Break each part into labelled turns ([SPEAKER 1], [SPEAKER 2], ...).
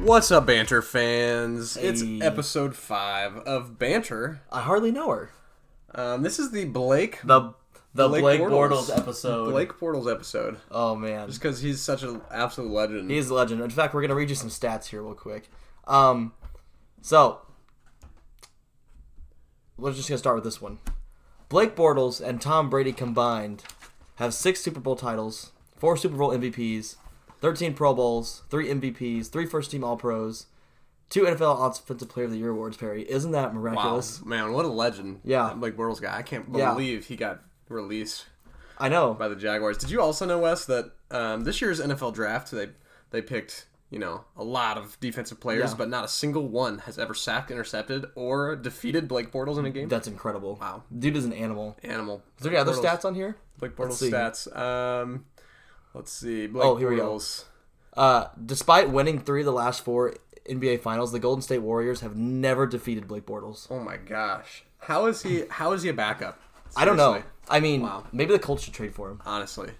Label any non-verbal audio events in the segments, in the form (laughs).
[SPEAKER 1] What's up, Banter fans? It's
[SPEAKER 2] Hey.
[SPEAKER 1] episode five of Banter.
[SPEAKER 2] I hardly know her.
[SPEAKER 1] Um, this is the Blake
[SPEAKER 2] The the
[SPEAKER 1] Blake
[SPEAKER 2] Blake,
[SPEAKER 1] Bortles.
[SPEAKER 2] Bortles.
[SPEAKER 1] (laughs)
[SPEAKER 2] episode.
[SPEAKER 1] Blake Portals episode
[SPEAKER 2] Oh man,
[SPEAKER 1] because he's such an absolute legend.
[SPEAKER 2] he is a legend. In fact, we're gonna read you some stats here real quick. Um, so we're just gonna start with this one. Blake Bortles and Tom Brady combined have six Super Bowl titles, four Super Bowl MVPs, thirteen Pro Bowls, three MVPs, three First Team All Pros, two NFL Offensive Player of the Year awards. Perry, isn't that
[SPEAKER 1] wow,
[SPEAKER 2] miraculous?
[SPEAKER 1] man, what a legend!
[SPEAKER 2] Yeah.
[SPEAKER 1] That Blake Bortles guy. I can't
[SPEAKER 2] Yeah.
[SPEAKER 1] believe he got released
[SPEAKER 2] I know.
[SPEAKER 1] by the Jaguars. Did you also know, Wes, that um, this year's NFL draft they they picked you know a lot of defensive players,
[SPEAKER 2] Yeah.
[SPEAKER 1] but not a single one has ever sacked, intercepted, or defeated Blake Bortles in a game.
[SPEAKER 2] That's incredible.
[SPEAKER 1] Wow.
[SPEAKER 2] dude is an animal.
[SPEAKER 1] Animal.
[SPEAKER 2] Is there any other
[SPEAKER 1] Bortles.
[SPEAKER 2] stats on here?
[SPEAKER 1] Blake Bortles
[SPEAKER 2] see.
[SPEAKER 1] stats. Um, let's see. Blake
[SPEAKER 2] Oh, here we go.
[SPEAKER 1] Bortles.
[SPEAKER 2] Uh, despite winning three of the last four NBA Finals, the Golden State Warriors have never defeated Blake Bortles.
[SPEAKER 1] Oh my gosh, how is he? How is he a backup?
[SPEAKER 2] I don't know.
[SPEAKER 1] Seriously,
[SPEAKER 2] I mean,
[SPEAKER 1] Wow.
[SPEAKER 2] maybe the Colts should trade for him.
[SPEAKER 1] Honestly.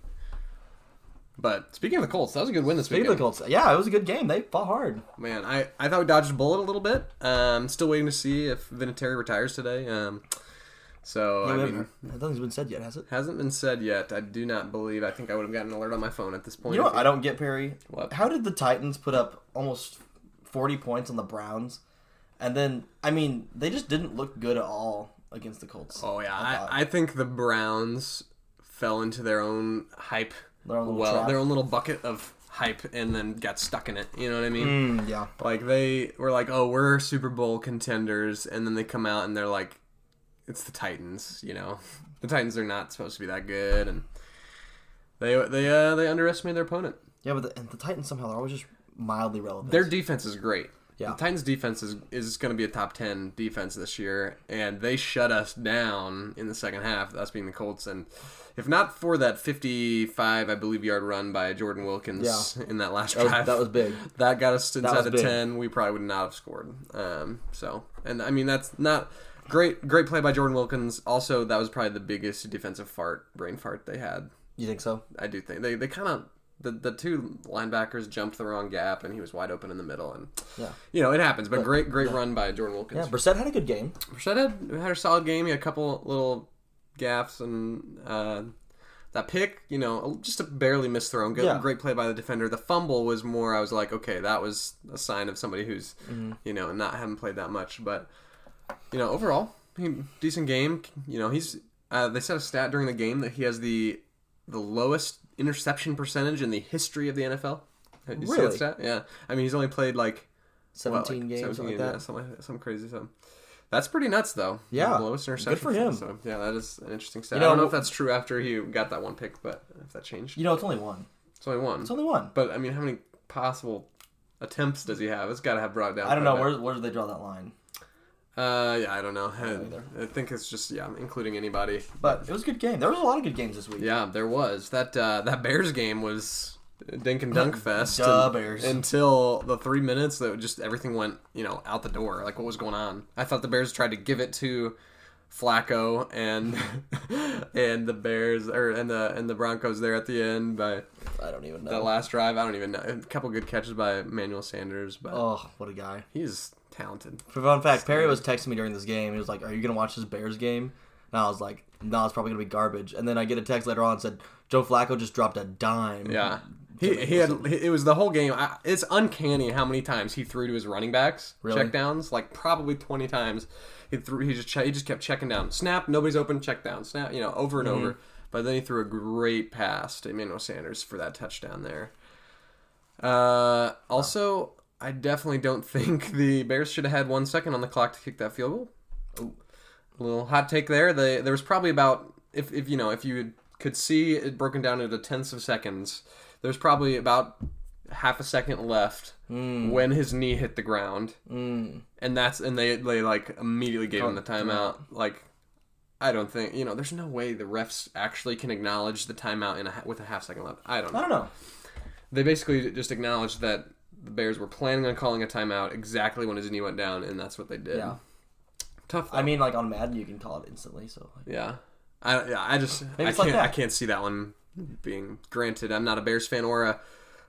[SPEAKER 1] But speaking of the Colts, that was a good win this
[SPEAKER 2] Maybe
[SPEAKER 1] weekend.
[SPEAKER 2] the Colts. Yeah, it was a good game. They fought hard.
[SPEAKER 1] Man, I, I thought we dodged a bullet a little bit. Um, still waiting to see if Vinatieri retires today. Um, so I mean,
[SPEAKER 2] nothing's been said yet, has it?
[SPEAKER 1] hasn't been said yet. I do not believe. I think I would have gotten an alert on my phone at this point.
[SPEAKER 2] You know what I don't get, Perry?
[SPEAKER 1] What?
[SPEAKER 2] How did the Titans put up almost 40 points on the Browns? And then, I mean, they just didn't look good at all against the Colts.
[SPEAKER 1] Oh yeah,
[SPEAKER 2] I thought.
[SPEAKER 1] I, I think the Browns fell into their own hype.
[SPEAKER 2] Their own little
[SPEAKER 1] well,
[SPEAKER 2] trap.
[SPEAKER 1] their own little bucket of hype, and then got stuck in it. You know what I mean?
[SPEAKER 2] Mm, yeah.
[SPEAKER 1] Like they were like, "Oh, we're Super Bowl contenders," and then they come out and they're like, "It's the Titans." You know, (laughs) the Titans are not supposed to be that good, and they they uh, they underestimate their opponent.
[SPEAKER 2] Yeah, but the, and the Titans somehow they're always just mildly relevant.
[SPEAKER 1] Their defense is great.
[SPEAKER 2] Yeah.
[SPEAKER 1] The Titans defense is, is going to be a top 10 defense this year and they shut us down in the second half, us being the Colts and if not for that 55 I believe yard run by Jordan Wilkins in that last
[SPEAKER 2] that, was,
[SPEAKER 1] drive. (laughs)
[SPEAKER 2] that was big.
[SPEAKER 1] that got us inside
[SPEAKER 2] was
[SPEAKER 1] the
[SPEAKER 2] big.
[SPEAKER 1] 10, we probably would not have scored. Um, so and I mean that's not great great play by Jordan Wilkins. Also, that was probably the biggest defensive fart, brain fart they had.
[SPEAKER 2] You think so?
[SPEAKER 1] I do think they they kind of the, the two linebackers jumped the wrong gap and he was wide open in the middle and
[SPEAKER 2] Yeah.
[SPEAKER 1] you know it happens but great great run by Jordan
[SPEAKER 2] Yeah,
[SPEAKER 1] Wilkins.
[SPEAKER 2] Brissett had a good game.
[SPEAKER 1] Brissett had, had a solid game. He had a couple little gaffes and uh, that pick you know just a barely missed throw. Good
[SPEAKER 2] Yeah.
[SPEAKER 1] great play by the defender. The fumble was more I was like okay that was a sign of somebody who's
[SPEAKER 2] Mm-hmm.
[SPEAKER 1] you know not having played that much but you know, overall, he, decent game. You know, he's uh, they said a stat during the game that he has the the lowest interception percentage in the history of the NFL. You see that
[SPEAKER 2] Really?
[SPEAKER 1] stat? Yeah. I mean, he's only played like what, like,
[SPEAKER 2] 17 games, something like
[SPEAKER 1] yeah,
[SPEAKER 2] that.
[SPEAKER 1] something, like that, something crazy. So that's pretty nuts, though.
[SPEAKER 2] Yeah.
[SPEAKER 1] The lowest interception.
[SPEAKER 2] for him.
[SPEAKER 1] So yeah, that is an interesting stat.
[SPEAKER 2] You know,
[SPEAKER 1] I don't know if that's true after he got that one pick, but if that changed,
[SPEAKER 2] You know, it's only one.
[SPEAKER 1] it's only one.
[SPEAKER 2] It's only one.
[SPEAKER 1] But I mean, how many possible attempts does he have? It's got to have brought down.
[SPEAKER 2] I don't
[SPEAKER 1] quite
[SPEAKER 2] know.
[SPEAKER 1] a bit.
[SPEAKER 2] Where, where do they draw that line?
[SPEAKER 1] Uh, yeah, I don't know. I,
[SPEAKER 2] either.
[SPEAKER 1] I think it's just yeah, including anybody.
[SPEAKER 2] But it was a good game. There was a lot of good games this week.
[SPEAKER 1] Yeah, there was that uh, that Bears game was dink and dunk fest.
[SPEAKER 2] Duh,
[SPEAKER 1] and-
[SPEAKER 2] Bears.
[SPEAKER 1] Until the three minutes that just everything went you know out the door. Like what was going on? I thought the Bears tried to give it to Flacco and (laughs) and the Bears or and the and the Broncos there at the end by
[SPEAKER 2] I don't even
[SPEAKER 1] that
[SPEAKER 2] know.
[SPEAKER 1] last drive. I don't even know. A couple good catches by Manuel Sanders, but
[SPEAKER 2] Oh, what a guy.
[SPEAKER 1] he's talented.
[SPEAKER 2] For fun fact, Perry was texting me during this game. He was like, Are you going to watch this Bears game? And I was like, No, it's probably going to be garbage. And then I get a text later on that said, Joe Flacco just dropped a dime.
[SPEAKER 1] Yeah. Mm-hmm. He, he had he- it was the whole game. I, it's uncanny how many times he threw to his running backs
[SPEAKER 2] Really?
[SPEAKER 1] checkdowns, like probably twenty times. He threw he just che- he just kept checking down. Snap, nobody's open. Check down. Snap, you know, over and over. But then he threw a great pass to Emmanuel Sanders for that touchdown there. Uh, also, I definitely don't (laughs) think the Bears should have had one second on the clock to kick that field goal. A little hot take there. They, there was probably about if, if you know if you could see it broken down into tenths of seconds. There's probably about half a second left when his knee hit the ground,
[SPEAKER 2] Mm.
[SPEAKER 1] and that's and they they like immediately gave him the timeout. Like I don't think you know. There's no way the refs actually can acknowledge the timeout in a, ha- with a half second left. I don't. know
[SPEAKER 2] I don't know.
[SPEAKER 1] they basically just acknowledged that the Bears were planning on calling a timeout exactly when his knee went down, and that's what they did.
[SPEAKER 2] Yeah.
[SPEAKER 1] Tough.
[SPEAKER 2] I mean, like on Madden, you can call it instantly. So,
[SPEAKER 1] (laughs)
[SPEAKER 2] like,
[SPEAKER 1] yeah. I yeah, I just I
[SPEAKER 2] Maybe
[SPEAKER 1] can't
[SPEAKER 2] it's like that.
[SPEAKER 1] I can't see that one being granted. I'm not a Bears fan or a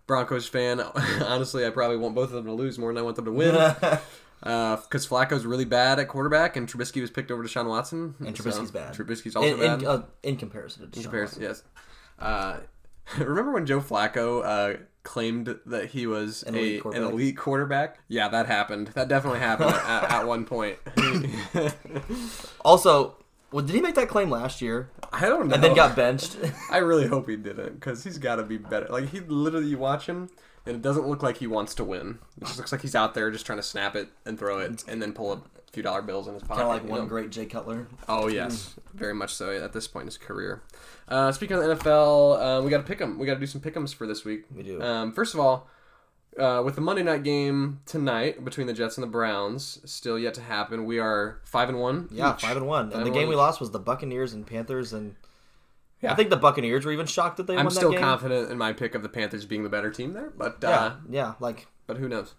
[SPEAKER 1] Broncos fan. (laughs) Honestly, I probably want both of them to lose more than I want them to
[SPEAKER 2] (laughs)
[SPEAKER 1] win. Because Flacco's really bad at quarterback, and Trubisky was picked over to Sean Watson.
[SPEAKER 2] And Trubisky's bad.
[SPEAKER 1] Trubisky's also
[SPEAKER 2] (laughs) in,
[SPEAKER 1] bad.
[SPEAKER 2] in, uh, in comparison to Deshaun
[SPEAKER 1] Bears, yes. Uh, (laughs) remember when Joe Flacco uh, claimed that he was
[SPEAKER 2] An
[SPEAKER 1] a,
[SPEAKER 2] elite
[SPEAKER 1] an
[SPEAKER 2] quarterback.
[SPEAKER 1] elite quarterback? Yeah, that happened. That definitely
[SPEAKER 2] (laughs)
[SPEAKER 1] happened at, at one point.
[SPEAKER 2] Watson. Also, well, did he make that claim last year
[SPEAKER 1] I don't know.
[SPEAKER 2] and then
[SPEAKER 1] (laughs)
[SPEAKER 2] got benched? (laughs)
[SPEAKER 1] I really hope he didn't because he's got to be better. Like he literally, you watch him, and it doesn't look like he wants to win. It just looks like he's out there just trying to snap it and throw it, and then pull a few dollar bills in his pocket.
[SPEAKER 2] Kind of like
[SPEAKER 1] you
[SPEAKER 2] one Hmm.
[SPEAKER 1] know?
[SPEAKER 2] great Jay Cutler.
[SPEAKER 1] Oh yes, very much so at this point in his career. Uh, speaking of the NFL, uh, we got to pick 'em. We got to do some pick'ems for this week.
[SPEAKER 2] We do.
[SPEAKER 1] Um, first of all, uh, with the Monday night game tonight between the Jets and the Browns, still yet to happen. We are five and one.
[SPEAKER 2] Yeah,
[SPEAKER 1] each.
[SPEAKER 2] five and one. And
[SPEAKER 1] Five
[SPEAKER 2] the
[SPEAKER 1] and
[SPEAKER 2] game
[SPEAKER 1] one
[SPEAKER 2] we
[SPEAKER 1] each.
[SPEAKER 2] lost was the Buccaneers and Panthers, and
[SPEAKER 1] Yeah.
[SPEAKER 2] I think the Buccaneers were even shocked that they
[SPEAKER 1] I'm
[SPEAKER 2] won
[SPEAKER 1] still
[SPEAKER 2] that game.
[SPEAKER 1] confident in my pick of the Panthers being the better team there, but uh,
[SPEAKER 2] Yeah, yeah. Like
[SPEAKER 1] but who knows?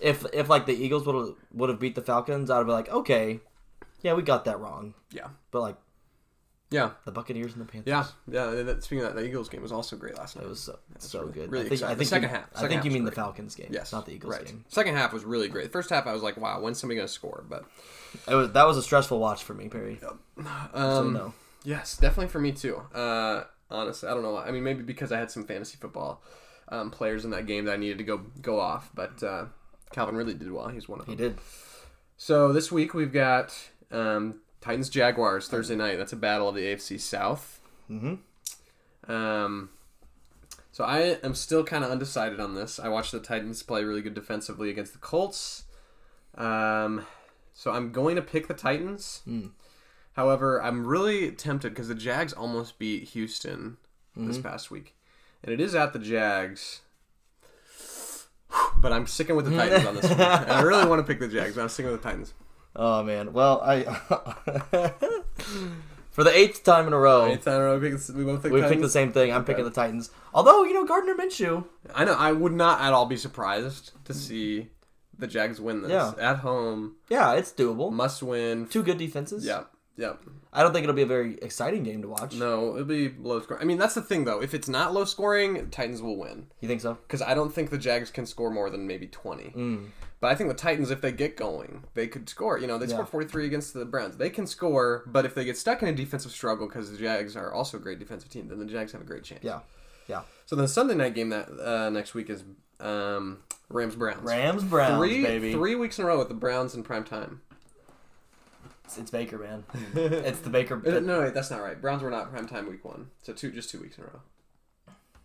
[SPEAKER 2] if if like the Eagles would would have beat the Falcons, I'd be like, okay, yeah, we got that wrong.
[SPEAKER 1] Yeah,
[SPEAKER 2] But like
[SPEAKER 1] yeah,
[SPEAKER 2] the Buccaneers and the Panthers,
[SPEAKER 1] yeah, yeah. That, speaking of that, the Eagles game was also great last night.
[SPEAKER 2] it was uh, so, so
[SPEAKER 1] really-
[SPEAKER 2] good.
[SPEAKER 1] really
[SPEAKER 2] I think, I
[SPEAKER 1] exciting. The
[SPEAKER 2] think
[SPEAKER 1] second
[SPEAKER 2] you,
[SPEAKER 1] half-
[SPEAKER 2] I
[SPEAKER 1] second
[SPEAKER 2] think you
[SPEAKER 1] half
[SPEAKER 2] mean
[SPEAKER 1] was
[SPEAKER 2] the
[SPEAKER 1] great.
[SPEAKER 2] Falcons game,
[SPEAKER 1] yes,
[SPEAKER 2] not the Eagles
[SPEAKER 1] right.
[SPEAKER 2] game.
[SPEAKER 1] Second half was really great. The first half, I was like, wow, when's somebody gonna score? But
[SPEAKER 2] It was, that was a stressful watch for me, Perry.
[SPEAKER 1] um,
[SPEAKER 2] no.
[SPEAKER 1] Yes, definitely for me too. Uh, honestly, I don't know. why. I mean, maybe because I had some fantasy football um, players in that game that I needed to go go off, but uh, Calvin really did well. He was one of them.
[SPEAKER 2] He did.
[SPEAKER 1] So this week we've got um, Titans Jaguars Thursday night. That's a battle of the AFC South. Mm-hmm. Um, so I am still kind of undecided on this. I watched the Titans play really good defensively against the Colts. Um, so I'm going to pick the Titans. However, I'm really tempted because the Jags almost beat Houston this past week, and it is at the Jags. But I'm sticking with the Titans on this one. And I really want to pick the Jags, but I'm sticking with the Titans.
[SPEAKER 2] Oh man. Well, I (laughs) for the eighth time in a row,
[SPEAKER 1] Eighth time in a row, we picked- we both picked
[SPEAKER 2] we picked
[SPEAKER 1] Titans.
[SPEAKER 2] the same thing. I'm picking the Titans. Although you know Gardner Minshew,
[SPEAKER 1] I know. I would not at all be surprised to see the Jags win this
[SPEAKER 2] Yeah.
[SPEAKER 1] at home.
[SPEAKER 2] yeah, it's doable.
[SPEAKER 1] Must win.
[SPEAKER 2] Two good defenses.
[SPEAKER 1] Mm. Yeah, yeah.
[SPEAKER 2] I don't think it'll be a very exciting game to watch.
[SPEAKER 1] No, it'll be low scoring. I mean, that's the thing though. If it's not low scoring, Titans will win
[SPEAKER 2] You think so?
[SPEAKER 1] because I don't think the Jags can score more than maybe twenty.
[SPEAKER 2] Mm.
[SPEAKER 1] But I think the Titans, if they get going, they could score. You know, they scored
[SPEAKER 2] Yeah.
[SPEAKER 1] forty three against the Browns. They can score, but if they get stuck in a defensive struggle because the Jags are also a great defensive team, then the Jags have a great chance.
[SPEAKER 2] Yeah. Yeah.
[SPEAKER 1] So the Sunday night game that uh, next week is um, Rams Browns.
[SPEAKER 2] Rams Browns
[SPEAKER 1] three
[SPEAKER 2] baby.
[SPEAKER 1] three weeks in a row with the Browns in prime time.
[SPEAKER 2] It's, it's Baker
[SPEAKER 1] (laughs)
[SPEAKER 2] man. it's the Baker.
[SPEAKER 1] Uh, No, wait, that's not right. Browns were not prime time week one, so two just two weeks in a row.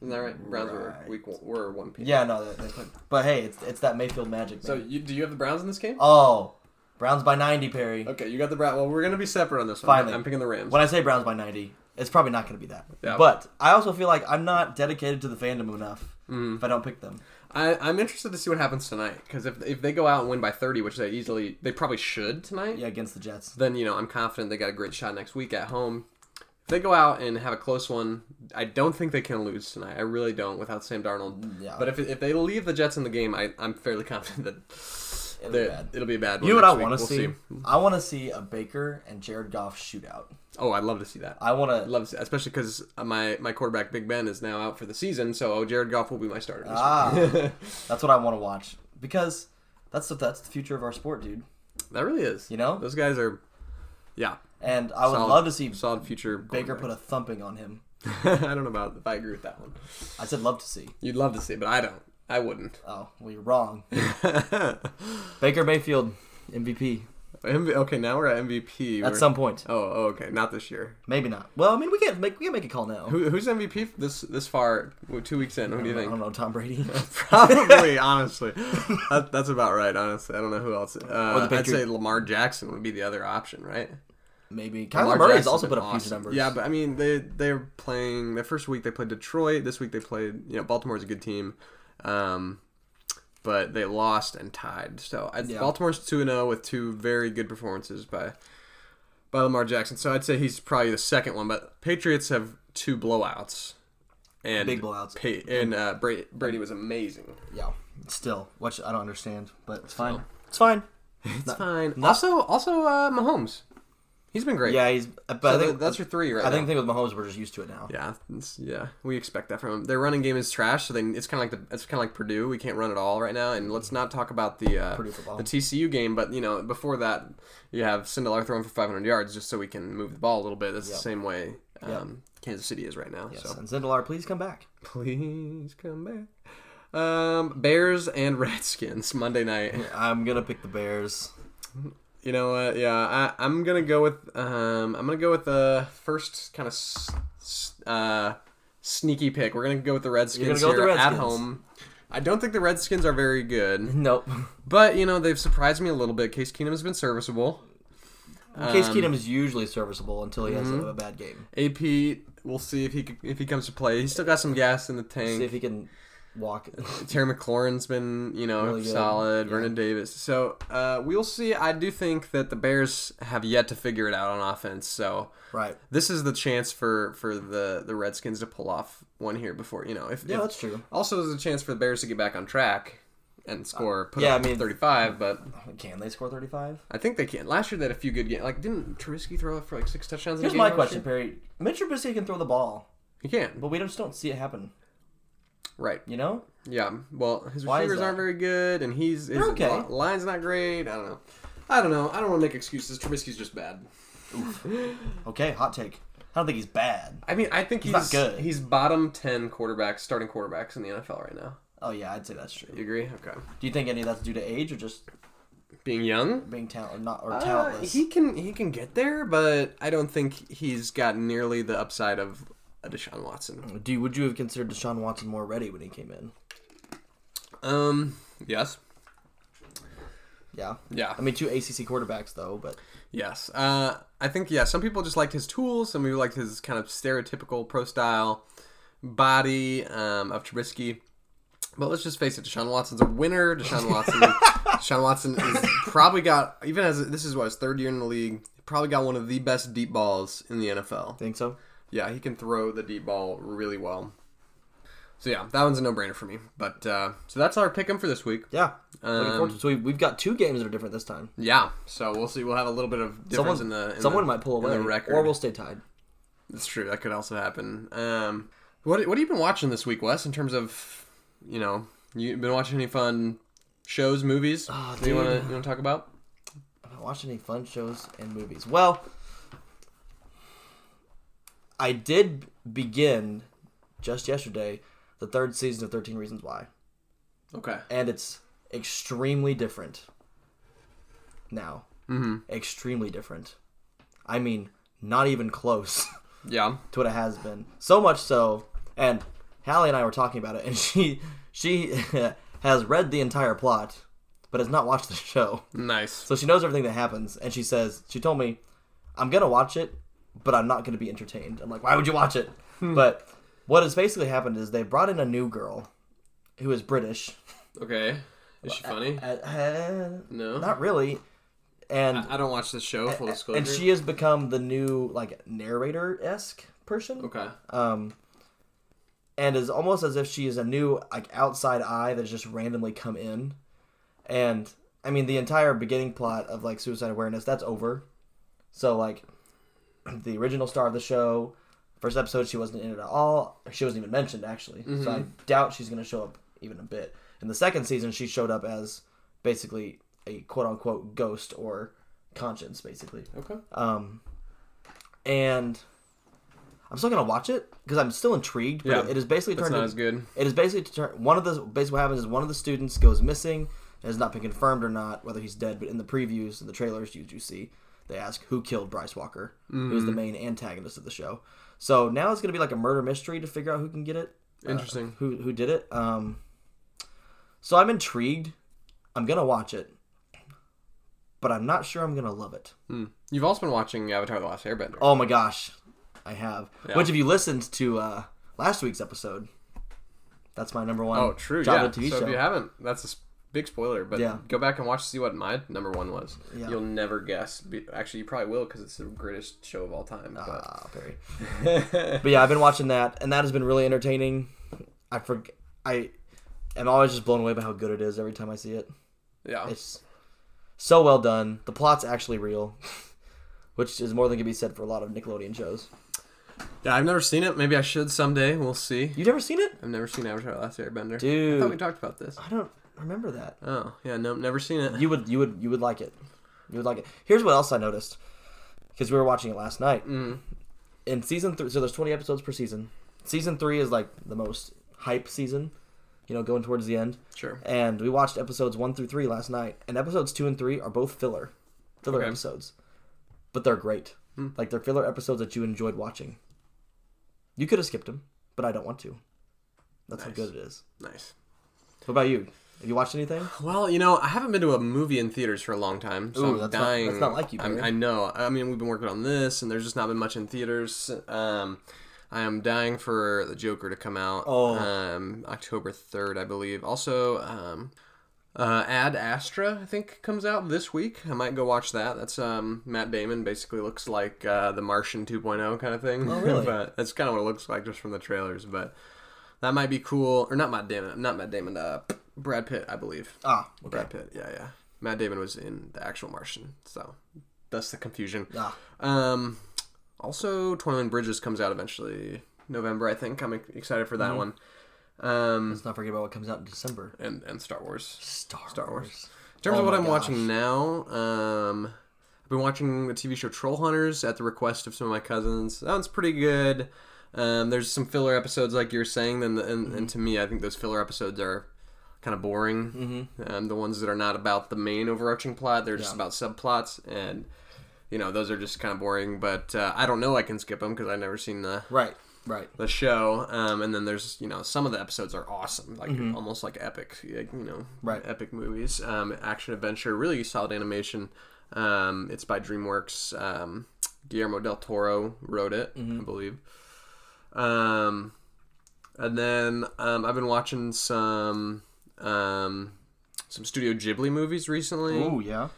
[SPEAKER 1] Isn't that right? Browns
[SPEAKER 2] Right.
[SPEAKER 1] were week one, were one p.
[SPEAKER 2] yeah, no, they, they put, but hey, it's it's that Mayfield magic.
[SPEAKER 1] So
[SPEAKER 2] man.
[SPEAKER 1] you, do you have the Browns in this game?
[SPEAKER 2] oh, Browns by ninety, Perry.
[SPEAKER 1] Okay, you got the Browns. Well, we're gonna be separate on this one.
[SPEAKER 2] Finally.
[SPEAKER 1] I'm picking the Rams.
[SPEAKER 2] When I say Browns by 90, it's probably not going to be that.
[SPEAKER 1] Yeah.
[SPEAKER 2] But I also feel like I'm not dedicated to the fandom enough
[SPEAKER 1] Mm-hmm.
[SPEAKER 2] if I don't pick them.
[SPEAKER 1] I, I'm interested to see what happens tonight because if if they go out and win by 30, which they easily they probably should tonight,
[SPEAKER 2] Yeah, against the Jets.
[SPEAKER 1] then you know I'm confident they got a great shot next week at home. If they go out and have a close one, I don't think they can lose tonight. I really don't without Sam Darnold.
[SPEAKER 2] Yeah.
[SPEAKER 1] But if, if they leave the Jets in the game, I, I'm fairly (laughs) confident that
[SPEAKER 2] It'll be
[SPEAKER 1] they're-
[SPEAKER 2] bad.
[SPEAKER 1] it'll be a bad.
[SPEAKER 2] You
[SPEAKER 1] one
[SPEAKER 2] know what I
[SPEAKER 1] next week.
[SPEAKER 2] want to
[SPEAKER 1] We'll
[SPEAKER 2] see? I want to see a Baker and Jared Goff shootout.
[SPEAKER 1] Oh, I'd love to see that.
[SPEAKER 2] I want
[SPEAKER 1] I'd
[SPEAKER 2] to.
[SPEAKER 1] love to see, especially because my my quarterback Big Ben is now out for the season, so oh, Jared Goff will be my starter. This week. (laughs)
[SPEAKER 2] Ah, that's what I want to watch because that's the, that's the future of our sport, dude.
[SPEAKER 1] That really is.
[SPEAKER 2] You know?
[SPEAKER 1] those guys are, yeah,
[SPEAKER 2] And I would
[SPEAKER 1] Solid-
[SPEAKER 2] love to see
[SPEAKER 1] solid future.
[SPEAKER 2] Baker
[SPEAKER 1] quarterback.
[SPEAKER 2] put a thumping on him.
[SPEAKER 1] (laughs) I don't know about if I agree with that one.
[SPEAKER 2] I said love to see.
[SPEAKER 1] You'd love to see, but I don't. I wouldn't.
[SPEAKER 2] Oh, well,
[SPEAKER 1] (laughs)
[SPEAKER 2] you're wrong. Baker Mayfield, MVP
[SPEAKER 1] (laughs) MV- okay, now we're at MVP.
[SPEAKER 2] at
[SPEAKER 1] We're-
[SPEAKER 2] some point.
[SPEAKER 1] Oh, oh, okay. Not this year.
[SPEAKER 2] Maybe not. Well, I mean, we can't make, we can't make a call now.
[SPEAKER 1] Who, who's MVP this this far? We're Two weeks in. Who do you
[SPEAKER 2] I
[SPEAKER 1] (laughs)
[SPEAKER 2] don't
[SPEAKER 1] think?
[SPEAKER 2] know, Tom Brady. (laughs)
[SPEAKER 1] Probably, honestly, that, that's about right. Honestly, I don't know who else. Uh, I'd
[SPEAKER 2] Patriot-
[SPEAKER 1] say Lamar Jackson would be the other option, right?
[SPEAKER 2] Maybe
[SPEAKER 1] Lamar
[SPEAKER 2] Kyler Murray's
[SPEAKER 1] Jackson's
[SPEAKER 2] also
[SPEAKER 1] been
[SPEAKER 2] put up huge
[SPEAKER 1] awesome.
[SPEAKER 2] numbers.
[SPEAKER 1] Yeah, but I mean, they they're playing. The first week they played Detroit. This week they played. You know, Baltimore's a good team, um, but they lost and tied. So I,
[SPEAKER 2] Yeah.
[SPEAKER 1] Baltimore's two and zero with two very good performances by by Lamar Jackson. So I'd say he's probably the second one. But Patriots have two blowouts. And
[SPEAKER 2] Big blowouts.
[SPEAKER 1] Pa- and uh, Brady, Brady was amazing.
[SPEAKER 2] yeah, still, which I don't understand, but it's fine. It's fine.
[SPEAKER 1] It's fine. Also, also uh, Mahomes. He's been great.
[SPEAKER 2] Yeah, he's. But
[SPEAKER 1] So
[SPEAKER 2] I think
[SPEAKER 1] that's your three, right?
[SPEAKER 2] I think
[SPEAKER 1] now.
[SPEAKER 2] the thing with Mahomes, we're just used to it now.
[SPEAKER 1] Yeah, it's- yeah, we expect that from him. Their running game is trash, so they it's kind of like the it's kind of like Purdue. We can't run at all right now, and let's not talk about the uh,
[SPEAKER 2] Purdue football.
[SPEAKER 1] the TCU game. But you know, before that, you have Sindelar throwing for 500 yards just so we can move the ball a little bit. That's
[SPEAKER 2] Yep.
[SPEAKER 1] the same way um,
[SPEAKER 2] Yep.
[SPEAKER 1] Kansas City is right now.
[SPEAKER 2] Yes.
[SPEAKER 1] So (laughs)
[SPEAKER 2] And Zendelar, please come back.
[SPEAKER 1] please come back. Um, Bears and (laughs) Redskins Monday night.
[SPEAKER 2] I'm gonna pick the Bears.
[SPEAKER 1] You know what? Yeah, I, I'm gonna go with um, I'm gonna go with the first kind of s- s- uh, sneaky pick. We're gonna go with the Redskins
[SPEAKER 2] gonna go with
[SPEAKER 1] here
[SPEAKER 2] the
[SPEAKER 1] at
[SPEAKER 2] Redskins.
[SPEAKER 1] home. I don't think the Redskins are very good,
[SPEAKER 2] Nope.
[SPEAKER 1] but you know they've surprised me a little bit. Case Keenum has been serviceable.
[SPEAKER 2] Case
[SPEAKER 1] Um,
[SPEAKER 2] Keenum is usually serviceable until he has a, a bad game.
[SPEAKER 1] AP, we'll see if he c- if he comes to play. He's still got some gas in the
[SPEAKER 2] See if
[SPEAKER 1] tank.
[SPEAKER 2] he can walk. (laughs)
[SPEAKER 1] Terry McLaurin's been you know
[SPEAKER 2] Really good.
[SPEAKER 1] solid. Vernon Davis. So uh, we'll see. I do think that the Bears have yet to figure it out on offense. So.
[SPEAKER 2] right.
[SPEAKER 1] this is the chance for for the the Redskins to pull off one here before you know if,
[SPEAKER 2] Yeah,
[SPEAKER 1] if-
[SPEAKER 2] that's true.
[SPEAKER 1] also there's a chance for the Bears to get back on track and score put
[SPEAKER 2] Uh, yeah,
[SPEAKER 1] up
[SPEAKER 2] I mean-
[SPEAKER 1] 35 but
[SPEAKER 2] Can they score 35?
[SPEAKER 1] I think they can last year they had a few good games like didn't Trubisky throw up for like six touchdowns in a
[SPEAKER 2] Here's
[SPEAKER 1] game
[SPEAKER 2] my
[SPEAKER 1] last
[SPEAKER 2] question,
[SPEAKER 1] year?
[SPEAKER 2] Perry. Mitch Trubisky can throw the ball,
[SPEAKER 1] he can
[SPEAKER 2] but we just don't see it happen.
[SPEAKER 1] right
[SPEAKER 2] You know?
[SPEAKER 1] yeah well his
[SPEAKER 2] Why is
[SPEAKER 1] receivers
[SPEAKER 2] that?
[SPEAKER 1] aren't very good and he's his
[SPEAKER 2] They're okay.
[SPEAKER 1] li- line's not great I don't know I don't know I don't want to make excuses Trubisky's just bad
[SPEAKER 2] Okay, hot take. I don't think he's bad.
[SPEAKER 1] I mean I think he's
[SPEAKER 2] not good.
[SPEAKER 1] he's bottom 10 quarterbacks starting quarterbacks in the NFL right now
[SPEAKER 2] Oh yeah, I'd say that's true.
[SPEAKER 1] you agree okay
[SPEAKER 2] Do you think any of that's due to age or just
[SPEAKER 1] being young
[SPEAKER 2] being talent not or
[SPEAKER 1] Uh,
[SPEAKER 2] talentless?
[SPEAKER 1] he can he can get there, but I don't think he's got nearly the upside of a Deshaun Watson.
[SPEAKER 2] Do you, would you have considered Deshaun Watson more ready when he came in?
[SPEAKER 1] Um, yes,
[SPEAKER 2] Yeah.
[SPEAKER 1] yeah,
[SPEAKER 2] I mean, two ACC quarterbacks though, but
[SPEAKER 1] yes. Uh, I think yeah. Some people just liked his tools. Some people liked his kind of stereotypical pro style body um, of Trubisky. But let's just face it, Deshaun Watson's a winner. Deshaun Watson, Deshaun Watson is probably got even as this is what his third year in the league. Probably got one of the best deep balls in the NFL.
[SPEAKER 2] think so.
[SPEAKER 1] Yeah, he can throw the deep ball really well. So yeah, that one's a no-brainer for me. But uh, so that's our pick 'em for this week.
[SPEAKER 2] Yeah. Looking forward
[SPEAKER 1] Um,
[SPEAKER 2] to, so we, we've got two games that are different this time.
[SPEAKER 1] yeah, so we'll see. We'll have a little bit of difference
[SPEAKER 2] Someone,
[SPEAKER 1] in the in
[SPEAKER 2] someone
[SPEAKER 1] the,
[SPEAKER 2] might pull
[SPEAKER 1] in
[SPEAKER 2] away,
[SPEAKER 1] the record.
[SPEAKER 2] or we'll stay tied.
[SPEAKER 1] It's true. That could also happen. Um, what what have you been watching this week, Wes? In terms of you know, you been watching any fun shows, movies?
[SPEAKER 2] Oh,
[SPEAKER 1] that you want to
[SPEAKER 2] dude.
[SPEAKER 1] you want to talk about?
[SPEAKER 2] Have I watched any fun shows and movies? Well, I did begin just yesterday the third season of Thirteen Reasons Why,
[SPEAKER 1] Okay.
[SPEAKER 2] and it's extremely different now. Mm-hmm. Extremely different. I mean, not even close. (laughs)
[SPEAKER 1] Yeah.
[SPEAKER 2] to what it has been. So much so, and Hallie and I were talking about it, and she she (laughs) has read the entire plot, but has not watched the show.
[SPEAKER 1] Nice.
[SPEAKER 2] So she knows everything that happens, and she says she told me, "I'm gonna watch it, but I'm not gonna be entertained." I'm like, "Why would you
[SPEAKER 1] (laughs)
[SPEAKER 2] watch it?"
[SPEAKER 1] Hmm.
[SPEAKER 2] but what has basically happened is they brought in a new girl, who
[SPEAKER 1] (laughs)
[SPEAKER 2] is British.
[SPEAKER 1] Okay. Is she funny?
[SPEAKER 2] Uh, uh,
[SPEAKER 1] No.
[SPEAKER 2] not really, and
[SPEAKER 1] I don't watch this show. Full disclosure.
[SPEAKER 2] and she has become the new like narrator esque person.
[SPEAKER 1] Okay.
[SPEAKER 2] um, and is almost as if she is a new like outside eye that has just randomly come in, and I mean the entire beginning plot of like suicide awareness that's over, so like (clears throat) the original star of the show, first episode she wasn't in it at all. She wasn't even mentioned actually, so I doubt she's gonna show up even a bit. In the second season, she showed up as basically a quote unquote ghost or conscience basically
[SPEAKER 1] Okay.
[SPEAKER 2] and I'm still gonna watch it because I'm still intrigued. But
[SPEAKER 1] Yeah.
[SPEAKER 2] it- it is basically
[SPEAKER 1] That's
[SPEAKER 2] turned.
[SPEAKER 1] not
[SPEAKER 2] in-
[SPEAKER 1] as good.
[SPEAKER 2] It is basically turned. One of the basically what happens is one of the students goes missing. It has not been confirmed or not whether he's dead. But in the previews and the trailers you do see, they ask who killed Bryce Walker, who
[SPEAKER 1] Mm-hmm.
[SPEAKER 2] is the main antagonist of the show. So now it's gonna be like a murder mystery to figure out who can get it,
[SPEAKER 1] Interesting.
[SPEAKER 2] who who did it. Um, so I'm intrigued. I'm gonna watch it, but I'm not sure I'm gonna love it.
[SPEAKER 1] Mm. You've also been watching Avatar: The Last Airbender.
[SPEAKER 2] Oh my gosh, I have.
[SPEAKER 1] Yeah.
[SPEAKER 2] Which, if you listened to uh, last week's episode, that's my number one.
[SPEAKER 1] Oh, true.
[SPEAKER 2] Java
[SPEAKER 1] yeah.
[SPEAKER 2] TV
[SPEAKER 1] so
[SPEAKER 2] show.
[SPEAKER 1] if you haven't, that's a s- big spoiler. But
[SPEAKER 2] Yeah.
[SPEAKER 1] go back and watch to see what my number one was.
[SPEAKER 2] Yeah.
[SPEAKER 1] You'll never guess. Be- Actually, you probably will because it's the greatest show of all time.
[SPEAKER 2] (laughs)
[SPEAKER 1] But
[SPEAKER 2] Ah, Perry. but yeah, I've been watching that, and that has been really entertaining. I for I am always just blown away by how good it is every time I see it.
[SPEAKER 1] yeah,
[SPEAKER 2] It's so well done. The plot's actually real, (laughs) which is more than can be said for a lot of Nickelodeon shows.
[SPEAKER 1] Yeah, I've never seen it. Maybe I should someday. We'll see.
[SPEAKER 2] You've never seen it?
[SPEAKER 1] I've never seen Avatar: The Last Airbender. I
[SPEAKER 2] Dude.
[SPEAKER 1] thought Oh, we talked about this.
[SPEAKER 2] I don't remember that.
[SPEAKER 1] Oh yeah, no, never seen it.
[SPEAKER 2] You would you would you would like it. You would like it. Here's what else I noticed because we were watching it last night.
[SPEAKER 1] Mm.
[SPEAKER 2] In season three, so there's 20 episodes per season. Season three is like the most hype season, you know, going towards the end.
[SPEAKER 1] Sure.
[SPEAKER 2] And we watched episodes one through three last night, and episodes two and three are both filler, filler
[SPEAKER 1] Okay.
[SPEAKER 2] episodes, but they're great.
[SPEAKER 1] Hmm.
[SPEAKER 2] Like they're filler episodes that you enjoyed watching. You could have skipped them, but I don't want to. That's
[SPEAKER 1] Nice.
[SPEAKER 2] how good it is.
[SPEAKER 1] Nice.
[SPEAKER 2] What about you? Have you
[SPEAKER 1] (sighs)
[SPEAKER 2] watched anything?
[SPEAKER 1] Well, you know, I haven't been to a movie in theaters for a long time, so
[SPEAKER 2] Ooh,
[SPEAKER 1] I'm
[SPEAKER 2] that's not-
[SPEAKER 1] dying.
[SPEAKER 2] that's not like you,
[SPEAKER 1] I'm-
[SPEAKER 2] man.
[SPEAKER 1] I know. I mean, we've been working on this, and there's just not been much in theaters. Um, I am dying for the Joker to come out.
[SPEAKER 2] Oh.
[SPEAKER 1] Um, October third, I believe. Also, um, uh, Ad Astra, I think, comes out this week. I might go watch that. That's um, Matt Damon. Basically, looks like uh, the Martian 2.0 kind of thing.
[SPEAKER 2] Oh,
[SPEAKER 1] (laughs)
[SPEAKER 2] really?
[SPEAKER 1] but that's kind of what it looks like just from the trailers. But that might be cool. Or not Matt Damon. Not Matt Damon. Uh, Brad Pitt, I believe.
[SPEAKER 2] Ah, okay.
[SPEAKER 1] Brad Pitt. Yeah, yeah. Matt Damon was in the actual Martian, so that's the confusion.
[SPEAKER 2] Ah,
[SPEAKER 1] Um, also, Twenty One Bridges comes out eventually November, I think. I'm excited for that one. Um,
[SPEAKER 2] let's not forget about what comes out in December.
[SPEAKER 1] and and Star Wars.
[SPEAKER 2] Star,
[SPEAKER 1] Star Wars.
[SPEAKER 2] Wars.
[SPEAKER 1] In terms
[SPEAKER 2] Oh
[SPEAKER 1] of what
[SPEAKER 2] my
[SPEAKER 1] I'm
[SPEAKER 2] gosh.
[SPEAKER 1] watching now, um, I've been watching the TV show Troll Hunters at the request of some of my cousins. That one's pretty good. Um, there's some filler episodes, like you were saying, and, and,
[SPEAKER 2] Mm-hmm.
[SPEAKER 1] and to me, I think those filler episodes are kind of boring. Mm-hmm. Um, the ones that are not about the main overarching plot, they're just
[SPEAKER 2] Yeah.
[SPEAKER 1] about subplots, and you know those are just kind of boring. But uh, I don't know, I can skip them because I've never seen the
[SPEAKER 2] Right, right.
[SPEAKER 1] the show um, and then there's you know some of the episodes are awesome like almost like epic like, you know
[SPEAKER 2] Right.
[SPEAKER 1] epic movies um, action adventure really solid animation um, it's by dreamworks um, guillermo del toro wrote it i believe um, and then um, i've been watching some um, some studio ghibli movies recently
[SPEAKER 2] Oh yeah.